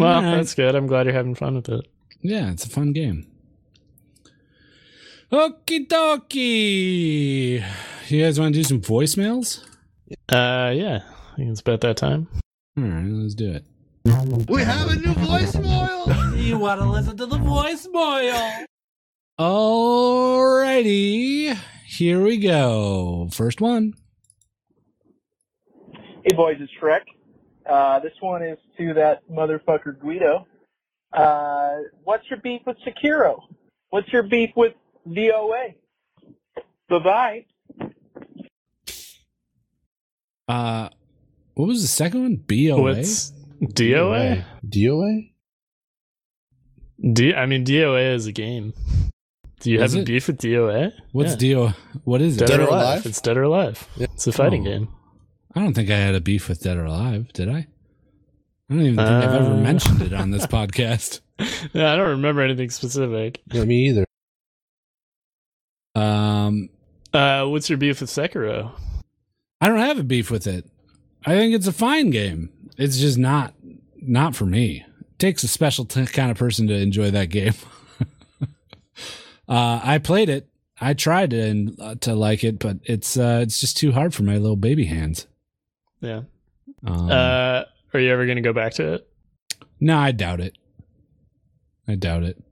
[SPEAKER 3] Well,
[SPEAKER 1] Alright.
[SPEAKER 3] that's good. I'm glad you're having fun with it.
[SPEAKER 1] Yeah, it's a fun game. Okie dokie. You guys want to do some voicemails?
[SPEAKER 3] Uh, yeah. I think it's about that time.
[SPEAKER 1] All right, let's do it.
[SPEAKER 2] We have a new voicemail.
[SPEAKER 4] You want to listen to the voicemail?
[SPEAKER 1] Alrighty. Here we go. First one.
[SPEAKER 7] Hey boys, it's Shrek. Uh, this one is to that motherfucker Guido. Uh, what's your beef with Sekiro? What's your beef with VOA? Bye bye.
[SPEAKER 1] Uh, what was the second one? BOA?
[SPEAKER 3] What's DOA?
[SPEAKER 2] DOA?
[SPEAKER 3] D- I mean, DOA is a game. Do you
[SPEAKER 1] Is
[SPEAKER 3] have a
[SPEAKER 1] it?
[SPEAKER 3] beef with DOA?
[SPEAKER 1] What's
[SPEAKER 3] Yeah.
[SPEAKER 1] DOA? What is it?
[SPEAKER 3] Dead, or Alive?
[SPEAKER 2] Alive?
[SPEAKER 3] It's Dead or Alive.
[SPEAKER 2] Yeah.
[SPEAKER 3] It's a fighting
[SPEAKER 1] Oh.
[SPEAKER 3] game.
[SPEAKER 1] I don't think I had a beef with Dead or Alive, did I? I don't even think I've ever
[SPEAKER 3] Uh.
[SPEAKER 1] mentioned it on this podcast.
[SPEAKER 3] Yeah, I don't remember anything specific.
[SPEAKER 2] Yeah, me either.
[SPEAKER 1] Um,
[SPEAKER 3] Uh, what's your beef with Sekiro?
[SPEAKER 1] I don't have a beef with it. I think it's a fine game. It's just not not for me. It takes a special t- kind of person to enjoy that game. uh, I played it. I tried to and uh, to like it, but it's uh, it's just too hard for my little baby hands.
[SPEAKER 3] Yeah.
[SPEAKER 1] Um,
[SPEAKER 3] Uh, are you ever going to go back to it?
[SPEAKER 1] no, I doubt it. I doubt it.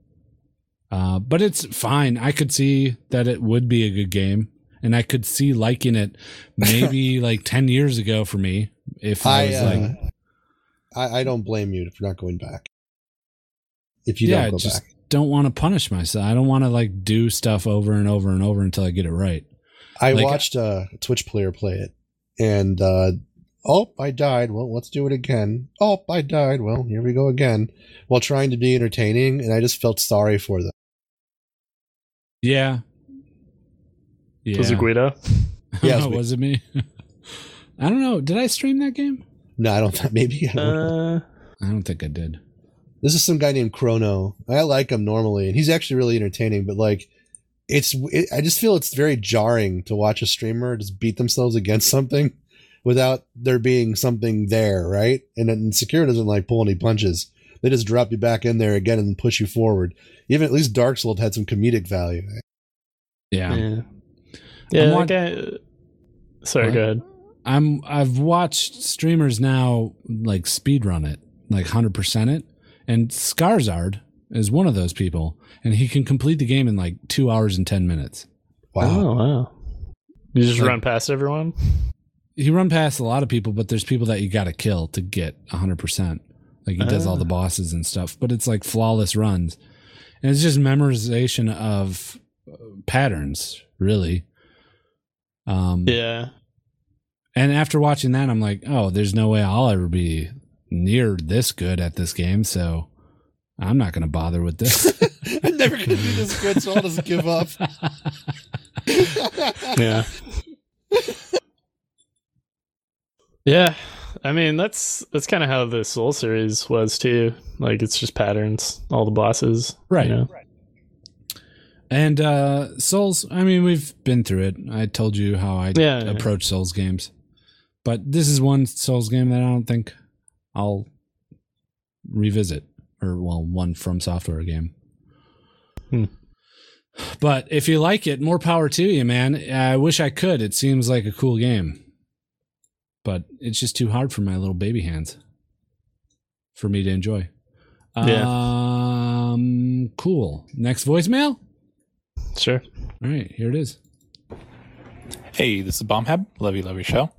[SPEAKER 1] Uh, but it's fine. I could see that it would be a good game, and I could see liking it maybe like ten years ago for me. If I,
[SPEAKER 2] I,
[SPEAKER 1] was
[SPEAKER 2] uh,
[SPEAKER 1] like,
[SPEAKER 2] I, I don't blame you for not going back. If you
[SPEAKER 1] I
[SPEAKER 2] don't go
[SPEAKER 1] just
[SPEAKER 2] back,
[SPEAKER 1] don't want to punish myself. I don't want to like do stuff over and over and over until I get it right.
[SPEAKER 2] I
[SPEAKER 1] like-
[SPEAKER 2] watched uh, a Twitch player play it, and uh, oh, I died. Well, let's do it again. Oh, I died. Well, here we go again. While trying to be entertaining, and I just felt sorry for them.
[SPEAKER 1] Yeah. Yeah.
[SPEAKER 3] Was it Guido?
[SPEAKER 2] Yeah, it was me.
[SPEAKER 1] was it me? I don't know. Did I stream that game?
[SPEAKER 2] No, I don't. Maybe I don't.
[SPEAKER 3] Uh,
[SPEAKER 1] I don't think I did.
[SPEAKER 2] this is some guy named Chrono. I like him normally, and he's actually really entertaining. But like, it's it, I just feel it's very jarring to watch a streamer just beat themselves against something without there being something there, right? And then Secure doesn't like pull any punches. They just drop you back in there again and push you forward. Even at least Dark Souls had some comedic value.
[SPEAKER 1] Yeah.
[SPEAKER 3] yeah. Yeah,
[SPEAKER 1] want-
[SPEAKER 3] that guy- Sorry,
[SPEAKER 1] What?
[SPEAKER 3] go ahead.
[SPEAKER 1] I'm I've watched streamers now like speedrun it, like 100% it, and Scarzard is one of those people, and he can complete the game in like two hours and ten minutes.
[SPEAKER 2] Wow.
[SPEAKER 3] Oh wow. You just
[SPEAKER 1] Like-
[SPEAKER 3] run past everyone.
[SPEAKER 1] He run past a lot of people, but there's people that you got to kill to get hundred percent. Like he does all
[SPEAKER 3] Ah.
[SPEAKER 1] the bosses and stuff, but it's like flawless runs, and it's just memorization of uh, patterns, really. Um,
[SPEAKER 3] Yeah.
[SPEAKER 1] And after watching that, I'm like, oh, there's no way I'll ever be near this good at this game. So I'm not going to bother with this.
[SPEAKER 2] I'm never going to be this good, so I'll just give up.
[SPEAKER 3] Yeah. yeah. I mean, that's that's kind of how the Soul series was too. Like it's just patterns, all the bosses.
[SPEAKER 1] Right.
[SPEAKER 3] You know?
[SPEAKER 1] and uh, Souls, I mean, we've been through it. I told you how I
[SPEAKER 3] Yeah, yeah.
[SPEAKER 1] approach Souls games. But this is one Souls game that I don't think I'll revisit, or, well, one from software game.
[SPEAKER 3] Hmm.
[SPEAKER 1] But if you like it, more power to you, man. I wish I could. It seems like a cool game. But it's just too hard for my little baby hands for me to enjoy.
[SPEAKER 3] Yeah.
[SPEAKER 1] Um, cool. Next voicemail?
[SPEAKER 3] Sure.
[SPEAKER 1] All right, here it is.
[SPEAKER 8] Hey, this is Bombhab. Love you, love your show.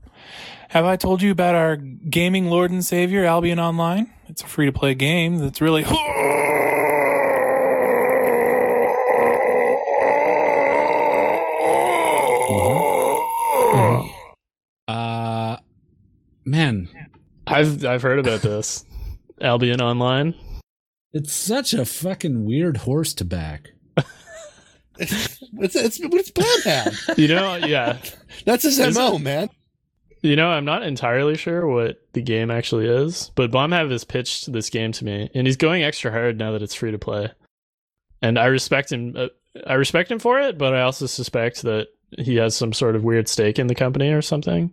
[SPEAKER 8] Have I told you about our gaming lord and savior, Albion Online? It's a free to play game that's really.
[SPEAKER 1] Uh-huh. Uh, man,
[SPEAKER 3] I've I've heard about this. Albion Online.
[SPEAKER 1] it's such a fucking weird horse to back.
[SPEAKER 2] it's it's, it's Blumhouse.
[SPEAKER 3] You know, yeah.
[SPEAKER 2] That's his
[SPEAKER 3] Is
[SPEAKER 2] mo, man.
[SPEAKER 3] You know, I'm not entirely sure what the game actually is, but Bombhab has pitched this game to me, and he's going extra hard now that it's free to play. And I respect him. Uh, I respect him for it, but I also suspect that he has some sort of weird stake in the company or something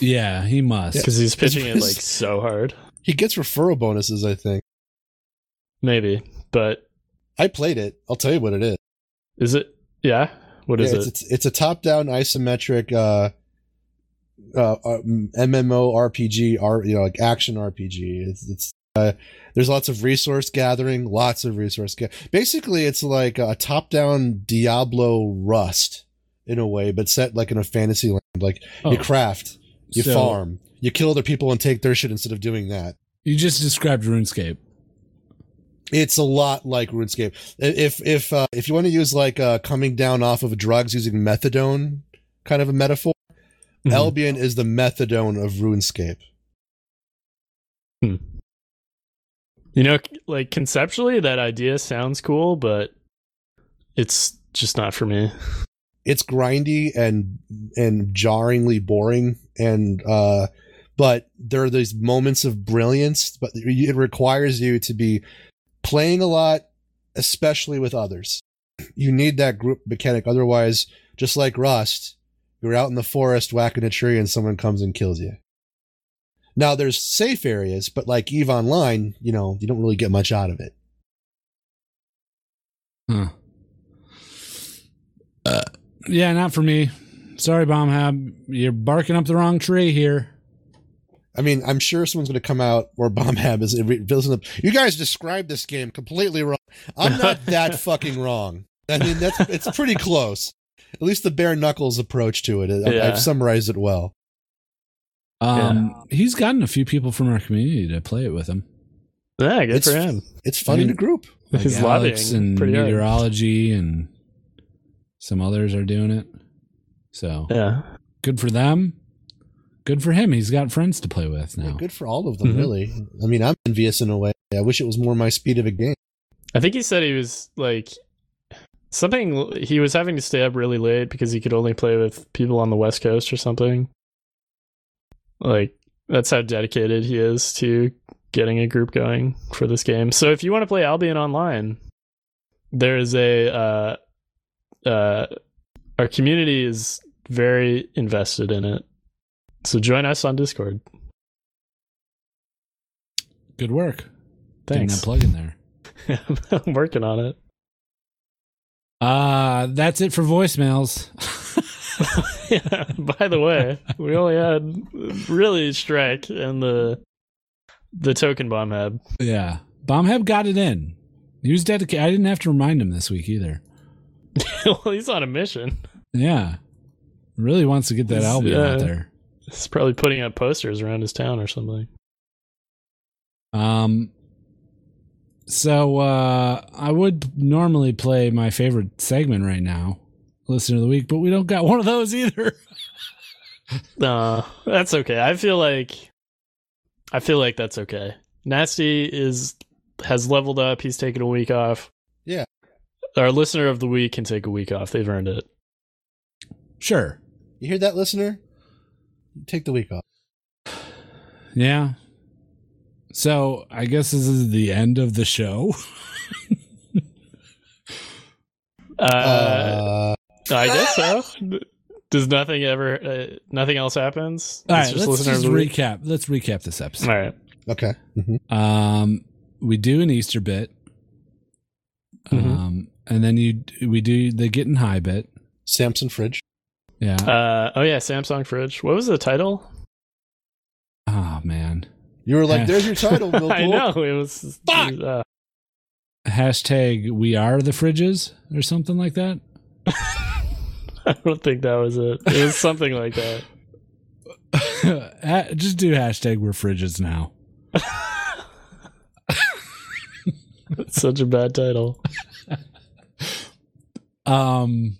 [SPEAKER 1] Yeah, he must.
[SPEAKER 3] because he's pitching it like so hard.
[SPEAKER 2] He gets referral bonuses, I think.
[SPEAKER 3] Maybe, but
[SPEAKER 2] I played it. I'll tell you what it is.
[SPEAKER 3] is it? Yeah. What is
[SPEAKER 2] Yeah, it's,
[SPEAKER 3] it?
[SPEAKER 2] It's, it's a top-down isometric uh, uh, uh, MMO RPG, R, you know, like action RPG. It's, it's uh, there's lots of resource gathering, lots of resource. Ga- Basically, it's like a top-down Diablo Rust in a way, but set like in a fantasy land. Like
[SPEAKER 1] Oh,
[SPEAKER 2] you craft, you
[SPEAKER 1] so
[SPEAKER 2] farm, you kill other people and take their shit instead of doing that.
[SPEAKER 1] You just described RuneScape.
[SPEAKER 2] It's a lot like RuneScape. If if uh, if you want to use like uh, coming down off of drugs using methadone, kind of a metaphor,
[SPEAKER 3] Mhm.
[SPEAKER 2] Albion is the methadone of RuneScape.
[SPEAKER 3] You know, c- like conceptually, that idea sounds cool, but it's just not for me.
[SPEAKER 2] It's grindy and and jarringly boring, and uh, but there are these moments of brilliance. But it requires you to be playing a lot, especially with others. You need that group mechanic. Otherwise, just like Rust, you're out in the forest whacking a tree and someone comes and kills you. Now, there's safe areas, but like EVE Online, you know, you don't really get much out of it.
[SPEAKER 1] Huh. Uh, yeah, not for me. Sorry, Bombhab. You're barking up the wrong tree here.
[SPEAKER 2] I mean, I'm sure someone's going to come out or Bombhab is listen up. You guys described this game completely wrong. I'm not that fucking wrong. I mean, that's it's pretty close. At least the bare knuckles approach to it. I,
[SPEAKER 3] Yeah.
[SPEAKER 2] I've summarized it well.
[SPEAKER 1] Um, he's gotten a few people from our community to play it with him.
[SPEAKER 3] Yeah, good
[SPEAKER 2] It's-
[SPEAKER 3] for him.
[SPEAKER 2] It's fun in a group.
[SPEAKER 1] Like
[SPEAKER 3] He's
[SPEAKER 1] Alex
[SPEAKER 3] lobbying
[SPEAKER 1] and
[SPEAKER 3] pretty hard.
[SPEAKER 1] meteorology and some others are doing it. So
[SPEAKER 3] Yeah.
[SPEAKER 1] good for them. Good for him. He's got friends to play with
[SPEAKER 2] Yeah,
[SPEAKER 1] now.
[SPEAKER 2] good for all of them,
[SPEAKER 3] Mhm.
[SPEAKER 2] really. I mean, I'm envious in a way. I wish it was more my speed of a game.
[SPEAKER 3] I think he said he was like something he was having to stay up really late because he could only play with people on the west coast or something. Like that's how dedicated he is to getting a group going for this game. So if you want to play Albion online, there is a uh uh our community is very invested in it. So join us on Discord.
[SPEAKER 1] Good work. Getting that
[SPEAKER 3] Thanks.
[SPEAKER 1] plug in there.
[SPEAKER 3] I'm working on it.
[SPEAKER 1] Uh, that's it for voicemails.
[SPEAKER 3] yeah, by the way, we only had really Shrek and the the token bomb hab.
[SPEAKER 1] yeah. Bombhab got it in. He was dedicated. I didn't have to remind him this week either.
[SPEAKER 3] well, he's on a mission.
[SPEAKER 1] Yeah. Really wants to get that
[SPEAKER 3] He's,
[SPEAKER 1] album
[SPEAKER 3] uh,
[SPEAKER 1] out there.
[SPEAKER 3] He's probably putting up posters around his town or something.
[SPEAKER 1] Um so uh I would normally play my favorite segment right now, listener of the week, but we don't got one of those either.
[SPEAKER 3] Uh, that's okay. I feel like I feel like that's okay. Nasty is has leveled up. He's taken a week off.
[SPEAKER 2] Yeah.
[SPEAKER 3] Our listener of the week can take a week off. They've earned it.
[SPEAKER 1] Sure.
[SPEAKER 2] You hear that, listener? Take the week off.
[SPEAKER 1] Yeah. So I guess this is the end of the show.
[SPEAKER 3] Uh,
[SPEAKER 2] Uh,
[SPEAKER 3] I guess so. Does nothing ever, uh, nothing else happens?
[SPEAKER 1] All
[SPEAKER 3] It's
[SPEAKER 1] right, let's
[SPEAKER 3] listener of
[SPEAKER 1] just
[SPEAKER 3] the week?
[SPEAKER 1] recap. Let's recap this episode.
[SPEAKER 3] All right.
[SPEAKER 2] okay. Mhm.
[SPEAKER 1] Um, we do an Easter bit,
[SPEAKER 3] Mhm.
[SPEAKER 1] um, and then you we do the getting high bit.
[SPEAKER 2] Samson Fridge.
[SPEAKER 1] Yeah.
[SPEAKER 3] Uh, oh yeah, Samsung fridge. What was the title?
[SPEAKER 1] oh man.
[SPEAKER 2] You were
[SPEAKER 1] Yeah.
[SPEAKER 2] like, "There's your title, Bill."
[SPEAKER 3] I
[SPEAKER 2] Poole."
[SPEAKER 3] know it was.
[SPEAKER 2] Fuck!
[SPEAKER 3] uh,
[SPEAKER 1] Hashtag we are the fridges or something like that.
[SPEAKER 3] I don't think that was it. It was something like that.
[SPEAKER 1] Ha- Just do hashtag we're fridges now.
[SPEAKER 3] It's such a bad title.
[SPEAKER 1] Um,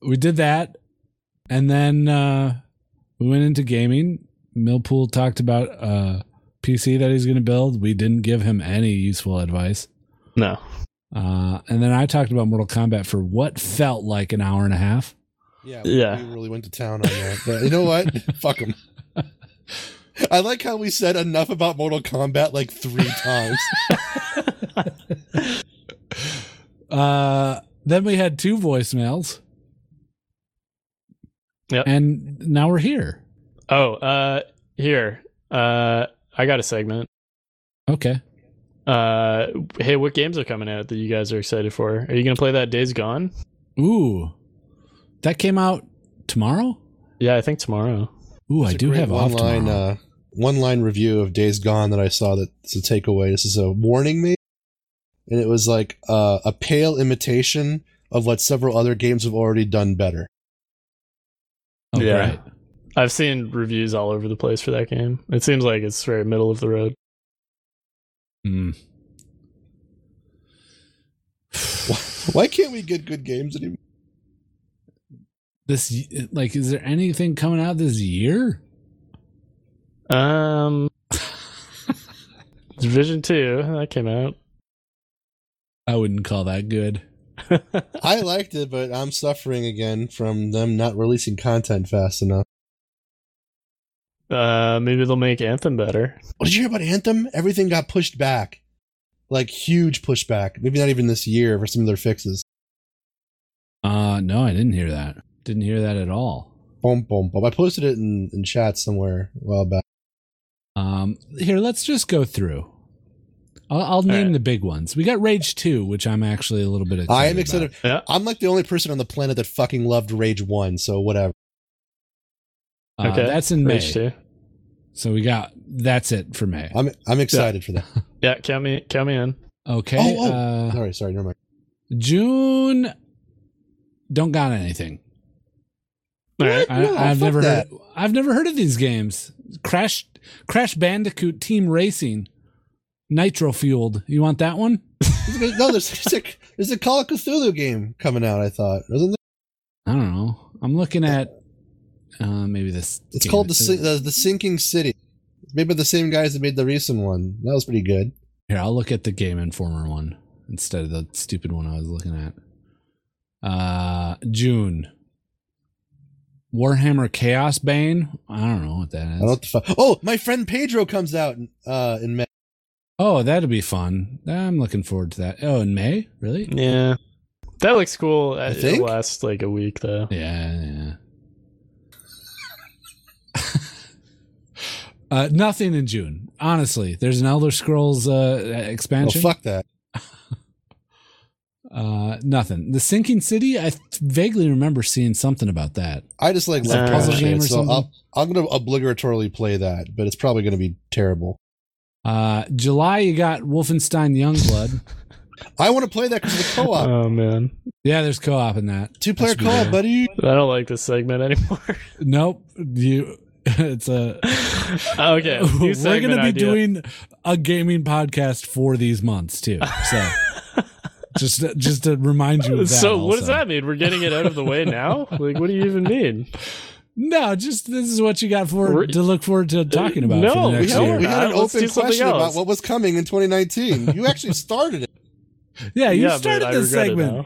[SPEAKER 1] we did that, and then uh, we went into gaming. Millpool talked about uh PC that he's going to build. We didn't give him any useful advice.
[SPEAKER 3] No.
[SPEAKER 1] Uh, and then I talked about Mortal Kombat for what felt like an hour and a half.
[SPEAKER 2] Yeah,
[SPEAKER 3] Yeah.
[SPEAKER 2] We really went to town on that. But you know what? Fuck them. I like how we said enough about Mortal Kombat like three times.
[SPEAKER 1] Uh, then we had two voicemails.
[SPEAKER 3] Yep.
[SPEAKER 1] And now we're here.
[SPEAKER 3] Oh, uh, here. Uh, I got a segment.
[SPEAKER 1] Okay.
[SPEAKER 3] Uh, hey, what games are coming out that you guys are excited for? Are you gonna play that Days Gone?
[SPEAKER 1] Ooh, that came out tomorrow.
[SPEAKER 3] Yeah, I think tomorrow.
[SPEAKER 1] Ooh, I
[SPEAKER 2] It's a
[SPEAKER 1] do
[SPEAKER 2] great
[SPEAKER 1] have off
[SPEAKER 2] one-line,
[SPEAKER 1] tomorrow.
[SPEAKER 2] uh, one line review of Days Gone that I saw that it's a takeaway. This is a warning me, and it was like uh, a pale imitation of what several other games have already done better.
[SPEAKER 1] oh,
[SPEAKER 3] yeah.
[SPEAKER 1] great.
[SPEAKER 3] I've seen reviews all over the place for that game. It seems like it's very middle of the road.
[SPEAKER 1] Mm.
[SPEAKER 2] Why can't we get good games anymore?
[SPEAKER 1] This y- like, is there anything coming out this year?
[SPEAKER 3] Um, Division Two that came out.
[SPEAKER 1] I wouldn't call that good.
[SPEAKER 2] I liked it, but I'm suffering again from them not releasing content fast enough.
[SPEAKER 3] Uh, maybe they'll make Anthem better.
[SPEAKER 2] Oh, did you hear about Anthem? Everything got pushed back, like huge pushback. Maybe not even this year for some of their fixes.
[SPEAKER 1] Uh, no, I didn't hear that. Didn't hear that at all.
[SPEAKER 2] Boom, boom, boom. I posted it in, in chat somewhere a while back.
[SPEAKER 1] Um, here, let's just go through. I'll, I'll name
[SPEAKER 3] right.
[SPEAKER 1] the big ones. We got Rage Two, which I'm actually a little bit excited.
[SPEAKER 2] I am excited.
[SPEAKER 1] about. Uh,
[SPEAKER 3] Yeah.
[SPEAKER 2] I'm like the only person on the planet that fucking loved Rage One, so whatever.
[SPEAKER 1] Uh,
[SPEAKER 3] Okay.
[SPEAKER 1] that's in May.
[SPEAKER 3] Rage 2.
[SPEAKER 1] So we got that's it for May.
[SPEAKER 2] I'm I'm excited for that.
[SPEAKER 3] Yeah, count me count me in.
[SPEAKER 1] Okay.
[SPEAKER 2] Oh, oh.
[SPEAKER 1] Uh,
[SPEAKER 2] Sorry, sorry, never mind.
[SPEAKER 1] June. Don't got anything.
[SPEAKER 3] All right.
[SPEAKER 1] I,
[SPEAKER 2] No,
[SPEAKER 1] I've
[SPEAKER 2] fuck
[SPEAKER 1] never
[SPEAKER 2] that.
[SPEAKER 1] heard. I've never heard of these games. Crash, Crash Bandicoot Team Racing, Nitro Fueled. You want that one?
[SPEAKER 2] no, there's there's a, there's a Call of Cthulhu game coming out. I thought isn't there?
[SPEAKER 1] I don't know. I'm looking at uh, maybe this.
[SPEAKER 2] It's
[SPEAKER 1] game.
[SPEAKER 2] called the,
[SPEAKER 1] It's-
[SPEAKER 2] Sin- the the Sinking City. Made by the same guys that made the recent one. That was pretty good.
[SPEAKER 1] Here, I'll look at the Game Informer one instead of the stupid one I was looking at. Uh, June. Warhammer Chaos Bane. I don't know what that
[SPEAKER 2] I
[SPEAKER 1] is.
[SPEAKER 2] don't know what the fuck. Oh, my friend Pedro comes out in, uh, in May.
[SPEAKER 1] Oh, that'll be fun. I'm looking forward to that. Oh, in May, really?
[SPEAKER 2] Mm.
[SPEAKER 3] Yeah. That looks cool. I
[SPEAKER 2] think?
[SPEAKER 3] It lasts like a week though.
[SPEAKER 1] Yeah, yeah. uh, nothing in June. Honestly, there's an Elder Scrolls uh,
[SPEAKER 2] Oh,
[SPEAKER 1] expansion.
[SPEAKER 2] fuck that.
[SPEAKER 1] Uh, nothing. The Sinking City. I vaguely remember seeing something about that.
[SPEAKER 2] I just like
[SPEAKER 3] It's
[SPEAKER 2] love
[SPEAKER 3] a
[SPEAKER 2] puzzle
[SPEAKER 3] puzzle
[SPEAKER 1] game
[SPEAKER 2] games,
[SPEAKER 1] or
[SPEAKER 2] so I'm,
[SPEAKER 1] something?
[SPEAKER 2] I'm going to obligatorily play that, but it's probably going to be terrible.
[SPEAKER 1] Uh, July, you got Wolfenstein Youngblood.
[SPEAKER 2] I want to play that because of the co-op,
[SPEAKER 3] Oh man,
[SPEAKER 1] Yeah, there's co-op in that.
[SPEAKER 2] two-player
[SPEAKER 1] That should be
[SPEAKER 2] co-op,
[SPEAKER 1] there.
[SPEAKER 2] buddy.
[SPEAKER 3] I don't like this segment anymore.
[SPEAKER 1] Nope. You. It's a.
[SPEAKER 3] okay, new
[SPEAKER 1] We're
[SPEAKER 3] segment
[SPEAKER 1] going to be
[SPEAKER 3] idea.
[SPEAKER 1] doing a gaming podcast for these months too. So just just to remind you of that.
[SPEAKER 3] So what does
[SPEAKER 1] also.
[SPEAKER 3] that mean? We're getting it out of the way now. Like, what do you even mean?
[SPEAKER 1] No, just this is what you got for
[SPEAKER 3] We're-
[SPEAKER 1] to look forward to talking about.
[SPEAKER 3] No,
[SPEAKER 1] for the
[SPEAKER 3] we
[SPEAKER 1] next
[SPEAKER 3] don't.
[SPEAKER 1] year.
[SPEAKER 2] we had an
[SPEAKER 3] Let's do
[SPEAKER 2] open
[SPEAKER 3] something
[SPEAKER 2] question about
[SPEAKER 3] else.
[SPEAKER 2] what was coming in 2019. You actually started it.
[SPEAKER 1] Yeah, you
[SPEAKER 3] Yeah, but
[SPEAKER 1] started
[SPEAKER 3] I
[SPEAKER 1] this
[SPEAKER 3] regret it
[SPEAKER 1] segment.
[SPEAKER 3] now.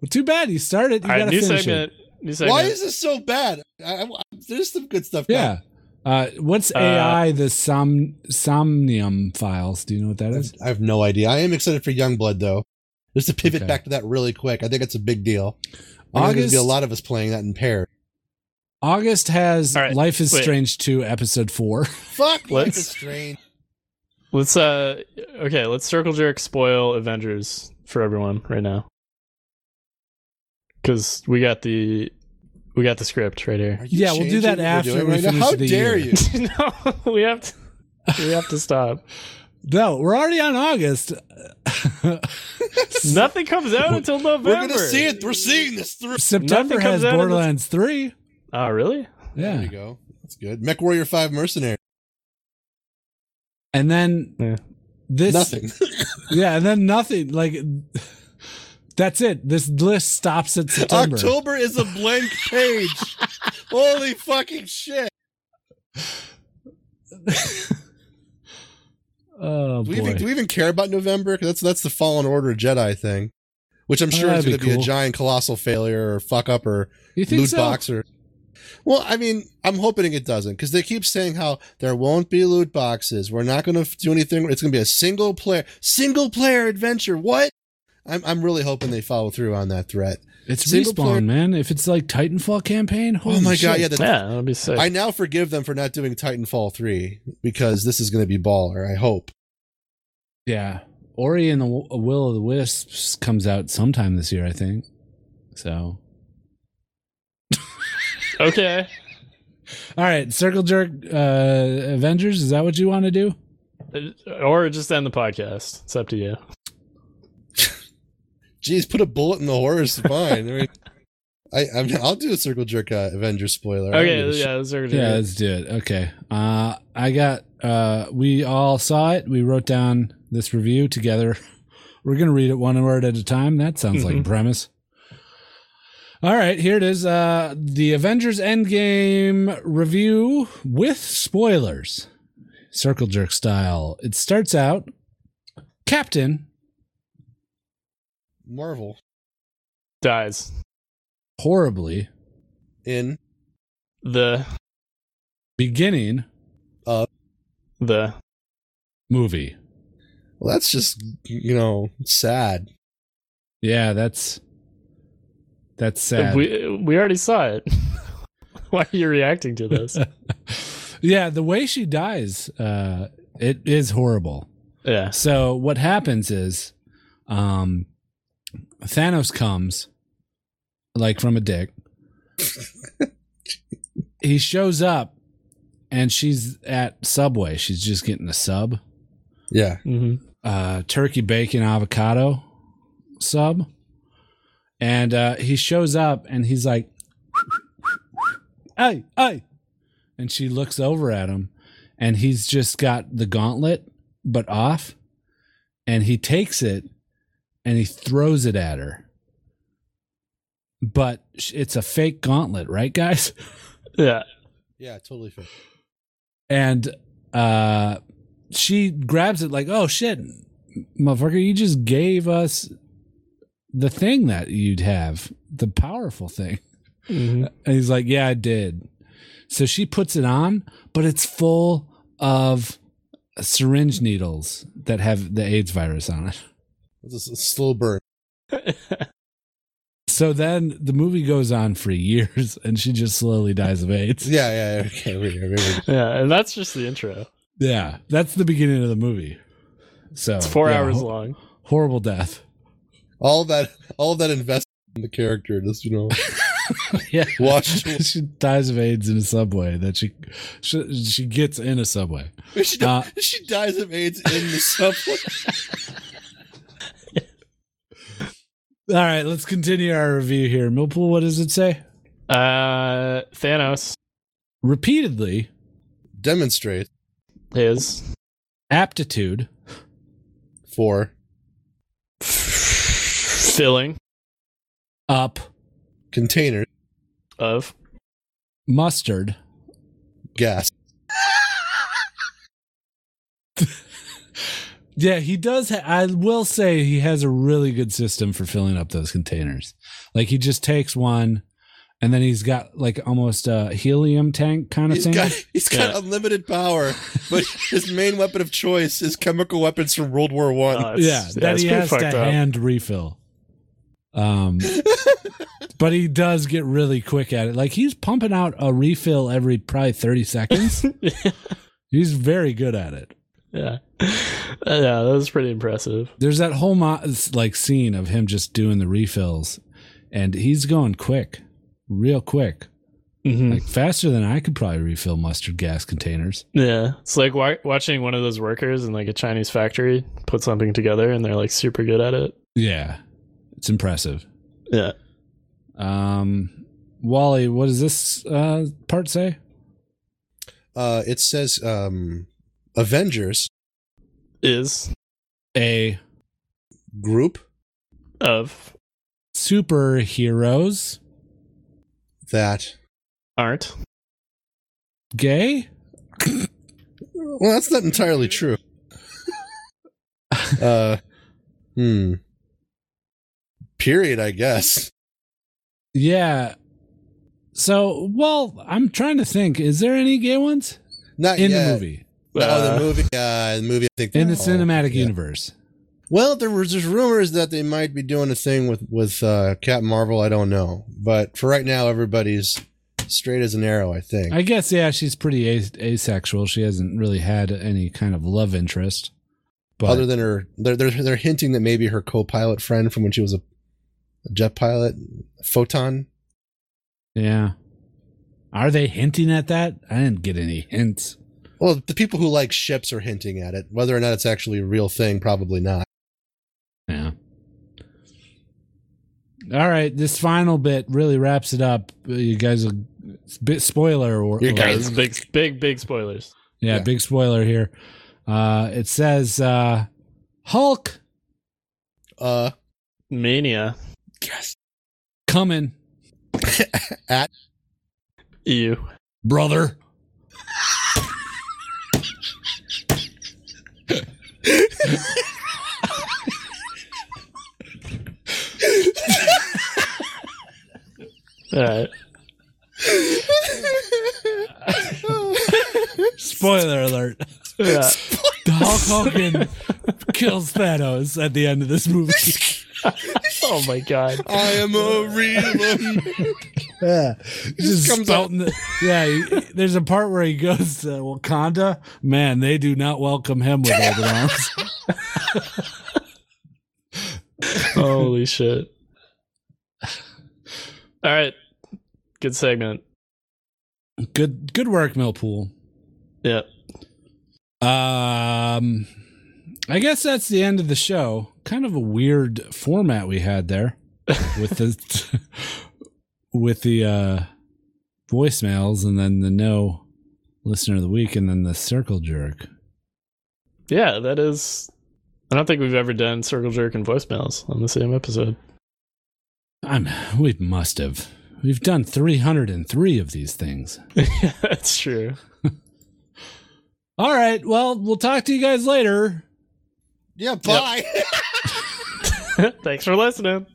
[SPEAKER 1] Well, too bad you started. You
[SPEAKER 3] All right,
[SPEAKER 1] gotta
[SPEAKER 3] new
[SPEAKER 1] finish
[SPEAKER 3] segment.
[SPEAKER 1] it.
[SPEAKER 3] New segment.
[SPEAKER 2] Why is this so bad? I, I, there's some good stuff.
[SPEAKER 1] Yeah. Uh, what's AI the som somnium files? Do you know what that
[SPEAKER 2] I have,
[SPEAKER 1] is?
[SPEAKER 2] I have no idea. I am excited for Youngblood though. Just to pivot
[SPEAKER 1] Okay.
[SPEAKER 2] back to that really quick, I think it's a big deal. I think there's gonna be a
[SPEAKER 1] August-
[SPEAKER 2] lot of us playing that in pairs.
[SPEAKER 1] August has
[SPEAKER 3] All right,
[SPEAKER 1] Life is
[SPEAKER 3] wait.
[SPEAKER 1] Strange two episode four.
[SPEAKER 2] Fuck,
[SPEAKER 3] Let's-
[SPEAKER 2] life is strange.
[SPEAKER 3] Let's uh okay, let's circle jerk spoil Avengers for everyone right now. Cuz we got the we got the script right
[SPEAKER 2] Are
[SPEAKER 3] here.
[SPEAKER 2] you
[SPEAKER 1] Yeah, we'll do
[SPEAKER 2] changing
[SPEAKER 1] that
[SPEAKER 2] what we're
[SPEAKER 1] after
[SPEAKER 2] doing
[SPEAKER 1] we
[SPEAKER 2] right now?
[SPEAKER 1] finish
[SPEAKER 2] How
[SPEAKER 1] the
[SPEAKER 2] dare
[SPEAKER 1] year.
[SPEAKER 2] you?
[SPEAKER 3] no, we have to we have to stop.
[SPEAKER 1] no, we're already on August.
[SPEAKER 3] Nothing comes out until November.
[SPEAKER 2] We're gonna see it. We're seeing this through.
[SPEAKER 1] September
[SPEAKER 3] Nothing
[SPEAKER 1] has
[SPEAKER 3] comes out of the-
[SPEAKER 1] Borderlands three.
[SPEAKER 3] Oh, really?
[SPEAKER 2] There
[SPEAKER 1] Yeah,
[SPEAKER 2] you go. That's good. Mech Warrior Five Mercenary.
[SPEAKER 1] and then
[SPEAKER 3] Yeah.
[SPEAKER 1] this
[SPEAKER 2] Nothing.
[SPEAKER 1] Yeah, and then nothing. Like that's it. This list stops at September.
[SPEAKER 2] October is a blank page. Holy fucking shit!
[SPEAKER 1] Oh boy.
[SPEAKER 2] Do we, even, do we even care about November? 'Cause that's that's the Fallen Order Jedi thing, which I'm sure
[SPEAKER 1] Oh,
[SPEAKER 2] is
[SPEAKER 1] that'd
[SPEAKER 2] going
[SPEAKER 1] be
[SPEAKER 2] to be a
[SPEAKER 1] cool.
[SPEAKER 2] giant colossal failure or fuck up or
[SPEAKER 1] you think
[SPEAKER 2] loot
[SPEAKER 1] so?
[SPEAKER 2] box or. Well, I mean, I'm hoping it doesn't because they keep saying how there won't be loot boxes. We're not going to do anything. It's going to be a single player, single player adventure. What? I'm I'm really hoping they follow through on that threat.
[SPEAKER 1] It's
[SPEAKER 2] Single
[SPEAKER 1] respawn,
[SPEAKER 2] player-
[SPEAKER 1] man. If it's like Titanfall campaign, holy
[SPEAKER 2] oh my
[SPEAKER 1] shit.
[SPEAKER 2] god, yeah, the,
[SPEAKER 3] Yeah, that'll be sick.
[SPEAKER 2] I now forgive them for not doing Titanfall 3 because this is going to be baller, I hope.
[SPEAKER 1] yeah. Ori and the Wi- Will of the Wisps comes out sometime this year, I think. So,
[SPEAKER 3] okay.
[SPEAKER 1] all right, Circle Jerk uh, Avengers. Is that what you want to do?
[SPEAKER 3] Or just end the podcast. It's up to you.
[SPEAKER 2] Jeez, put a bullet in the horror's spine. I mean, I, I'm, I'll do a circle jerk uh, Avengers spoiler. I don't give
[SPEAKER 3] Okay,
[SPEAKER 2] a shit.
[SPEAKER 3] yeah, those are
[SPEAKER 1] Yeah, let's do it. Okay. Uh, I got. Uh, we all saw it. We wrote down this review together. We're gonna read it one word at a time. That sounds like a premise. All right, here it is. Uh, the Avengers Endgame review with spoilers, circle jerk style. It starts out, Captain
[SPEAKER 2] Marvel
[SPEAKER 3] dies.
[SPEAKER 1] horribly
[SPEAKER 2] in
[SPEAKER 3] The
[SPEAKER 1] beginning
[SPEAKER 3] the
[SPEAKER 1] movie.
[SPEAKER 2] well, that's just you know sad.
[SPEAKER 1] Yeah, that's that's sad.
[SPEAKER 3] we we already saw it. Why are you reacting to this?
[SPEAKER 1] yeah, the way she dies, uh, it is horrible.
[SPEAKER 3] yeah.
[SPEAKER 1] So what happens is, um, Thanos comes, like from a dick. he shows up, and she's at Subway. She's just getting a sub,
[SPEAKER 2] Yeah,
[SPEAKER 3] hmm
[SPEAKER 1] uh, turkey bacon avocado sub, and uh, he shows up, and he's like, "Hey, hey," and she looks over at him, and he's just got the gauntlet but off, and he takes it and he throws it at her. But sh- it's a fake gauntlet, right, guys?
[SPEAKER 3] Yeah.
[SPEAKER 2] yeah, totally fair.
[SPEAKER 1] and uh she grabs it like oh shit motherfucker you just gave us the thing that you'd have the powerful thing and he's like yeah i did so she puts it on but it's full of syringe needles that have the aids virus on it
[SPEAKER 2] It's just a slow burn.
[SPEAKER 1] so then the movie goes on for years and she just slowly dies of aids
[SPEAKER 2] Yeah, yeah, yeah. Okay, we, we, we-
[SPEAKER 3] Yeah, and that's just the intro.
[SPEAKER 1] yeah that's the beginning of the movie so
[SPEAKER 3] It's four
[SPEAKER 1] yeah,
[SPEAKER 3] hours
[SPEAKER 1] ho-
[SPEAKER 3] long.
[SPEAKER 1] horrible death
[SPEAKER 2] all that, all that investment in the character, just you know,
[SPEAKER 1] yeah.
[SPEAKER 2] watch.
[SPEAKER 1] she dies of AIDS in a subway that she she, she gets in a subway.
[SPEAKER 2] She,
[SPEAKER 1] Uh,
[SPEAKER 2] she dies of AIDS in the subway.
[SPEAKER 1] All right, let's continue our review here. Millpool, what does it say?
[SPEAKER 3] Uh, Thanos,
[SPEAKER 1] Repeatedly,
[SPEAKER 2] Demonstrate
[SPEAKER 3] his
[SPEAKER 1] aptitude,
[SPEAKER 2] for
[SPEAKER 3] filling
[SPEAKER 1] up,
[SPEAKER 2] container
[SPEAKER 3] of
[SPEAKER 1] mustard,
[SPEAKER 2] gas.
[SPEAKER 1] Yeah, he does. Ha- I will say he has a really good system for filling up those containers. Like he just takes one, and then he's got like almost a helium tank kind of
[SPEAKER 2] He's
[SPEAKER 1] thing.
[SPEAKER 2] got he's got
[SPEAKER 3] Yeah.
[SPEAKER 2] unlimited power, but his main weapon of choice is chemical weapons from World War One.
[SPEAKER 3] Uh, it's-
[SPEAKER 1] yeah, that
[SPEAKER 3] it's
[SPEAKER 1] he
[SPEAKER 3] pretty
[SPEAKER 1] has to
[SPEAKER 3] fucked up.
[SPEAKER 1] hand refill. Um, but he does get really quick at it. Like he's pumping out a refill every probably thirty seconds. he's very good at it.
[SPEAKER 3] Yeah, Uh, yeah, that was pretty impressive.
[SPEAKER 1] There's that whole mo- like scene of him just doing the refills, and he's going quick, real quick.
[SPEAKER 3] Mm-hmm.
[SPEAKER 1] like faster than I could probably refill mustard gas containers.
[SPEAKER 3] Yeah, it's like wa- watching one of those workers in like a Chinese factory put something together, and they're like super good at it.
[SPEAKER 1] Yeah, it's impressive.
[SPEAKER 3] Yeah,
[SPEAKER 1] Um, Wally, what does this uh, part say?
[SPEAKER 2] Uh, it says um, Avengers
[SPEAKER 3] is
[SPEAKER 1] A
[SPEAKER 2] group
[SPEAKER 3] of
[SPEAKER 1] superheroes
[SPEAKER 2] that.
[SPEAKER 3] aren't.
[SPEAKER 1] gay?
[SPEAKER 2] Well, that's not entirely true. uh, hmm. Period. I guess.
[SPEAKER 1] Yeah. So, well, I'm trying to think. Is there any gay ones
[SPEAKER 2] Not
[SPEAKER 1] in Oh,
[SPEAKER 2] yet.
[SPEAKER 1] the movie,
[SPEAKER 2] No,
[SPEAKER 3] Uh,
[SPEAKER 2] the movie. Uh, the movie. I think
[SPEAKER 1] in the
[SPEAKER 2] oh,
[SPEAKER 1] cinematic
[SPEAKER 2] yeah.
[SPEAKER 1] universe?
[SPEAKER 2] Well, there was there's rumors that they might be doing a thing with with uh, Captain Marvel. I don't know, but for right now, everybody's straight as an arrow. I think.
[SPEAKER 1] I guess, yeah, she's pretty as- asexual. She hasn't really had any kind of love interest. But
[SPEAKER 2] Other than her, they're, they're they're hinting that maybe her co-pilot friend from when she was a jet pilot, Photon.
[SPEAKER 1] Yeah. Are they hinting at that? I didn't get any hints.
[SPEAKER 2] Well, the people who like ships are hinting at it. Whether or not it's actually a real thing, probably not.
[SPEAKER 1] Yeah. All right, this final bit really wraps it up. You guys, will, it's a bit spoiler or,
[SPEAKER 2] You
[SPEAKER 3] Yeah,
[SPEAKER 2] guys-
[SPEAKER 3] this is big, big, big spoilers.
[SPEAKER 1] yeah,
[SPEAKER 2] yeah.
[SPEAKER 1] big spoiler here. Uh, it says uh, Hulk
[SPEAKER 2] Uh,
[SPEAKER 3] Mania,
[SPEAKER 1] coming,
[SPEAKER 3] you.
[SPEAKER 1] brother.
[SPEAKER 3] All right.
[SPEAKER 1] Spoiler alert:
[SPEAKER 3] Yeah.
[SPEAKER 1] Hulk Hogan kills Thanos at the end of this movie.
[SPEAKER 3] Oh my god.
[SPEAKER 2] I am a real.
[SPEAKER 1] Yeah, just
[SPEAKER 2] comes
[SPEAKER 1] spouting the- yeah. he- there's a part where he goes to Wakanda. Man, they do not welcome him with open arms.
[SPEAKER 3] Holy shit. All right. Good segment.
[SPEAKER 1] Good, good work, Millpool.
[SPEAKER 3] Yeah.
[SPEAKER 1] Um, I guess that's the end of the show. Kind of a weird format we had there with the with the uh, voicemails, and then the no listener of the week, and then the circle jerk.
[SPEAKER 3] Yeah, that is. I don't think we've ever done circle jerk and voicemails on the same episode.
[SPEAKER 1] I'm. We must have. We've done 303 of these things.
[SPEAKER 3] yeah, that's true.
[SPEAKER 1] All right. Well, we'll talk to you guys later.
[SPEAKER 2] yeah, bye.
[SPEAKER 3] Thanks for listening.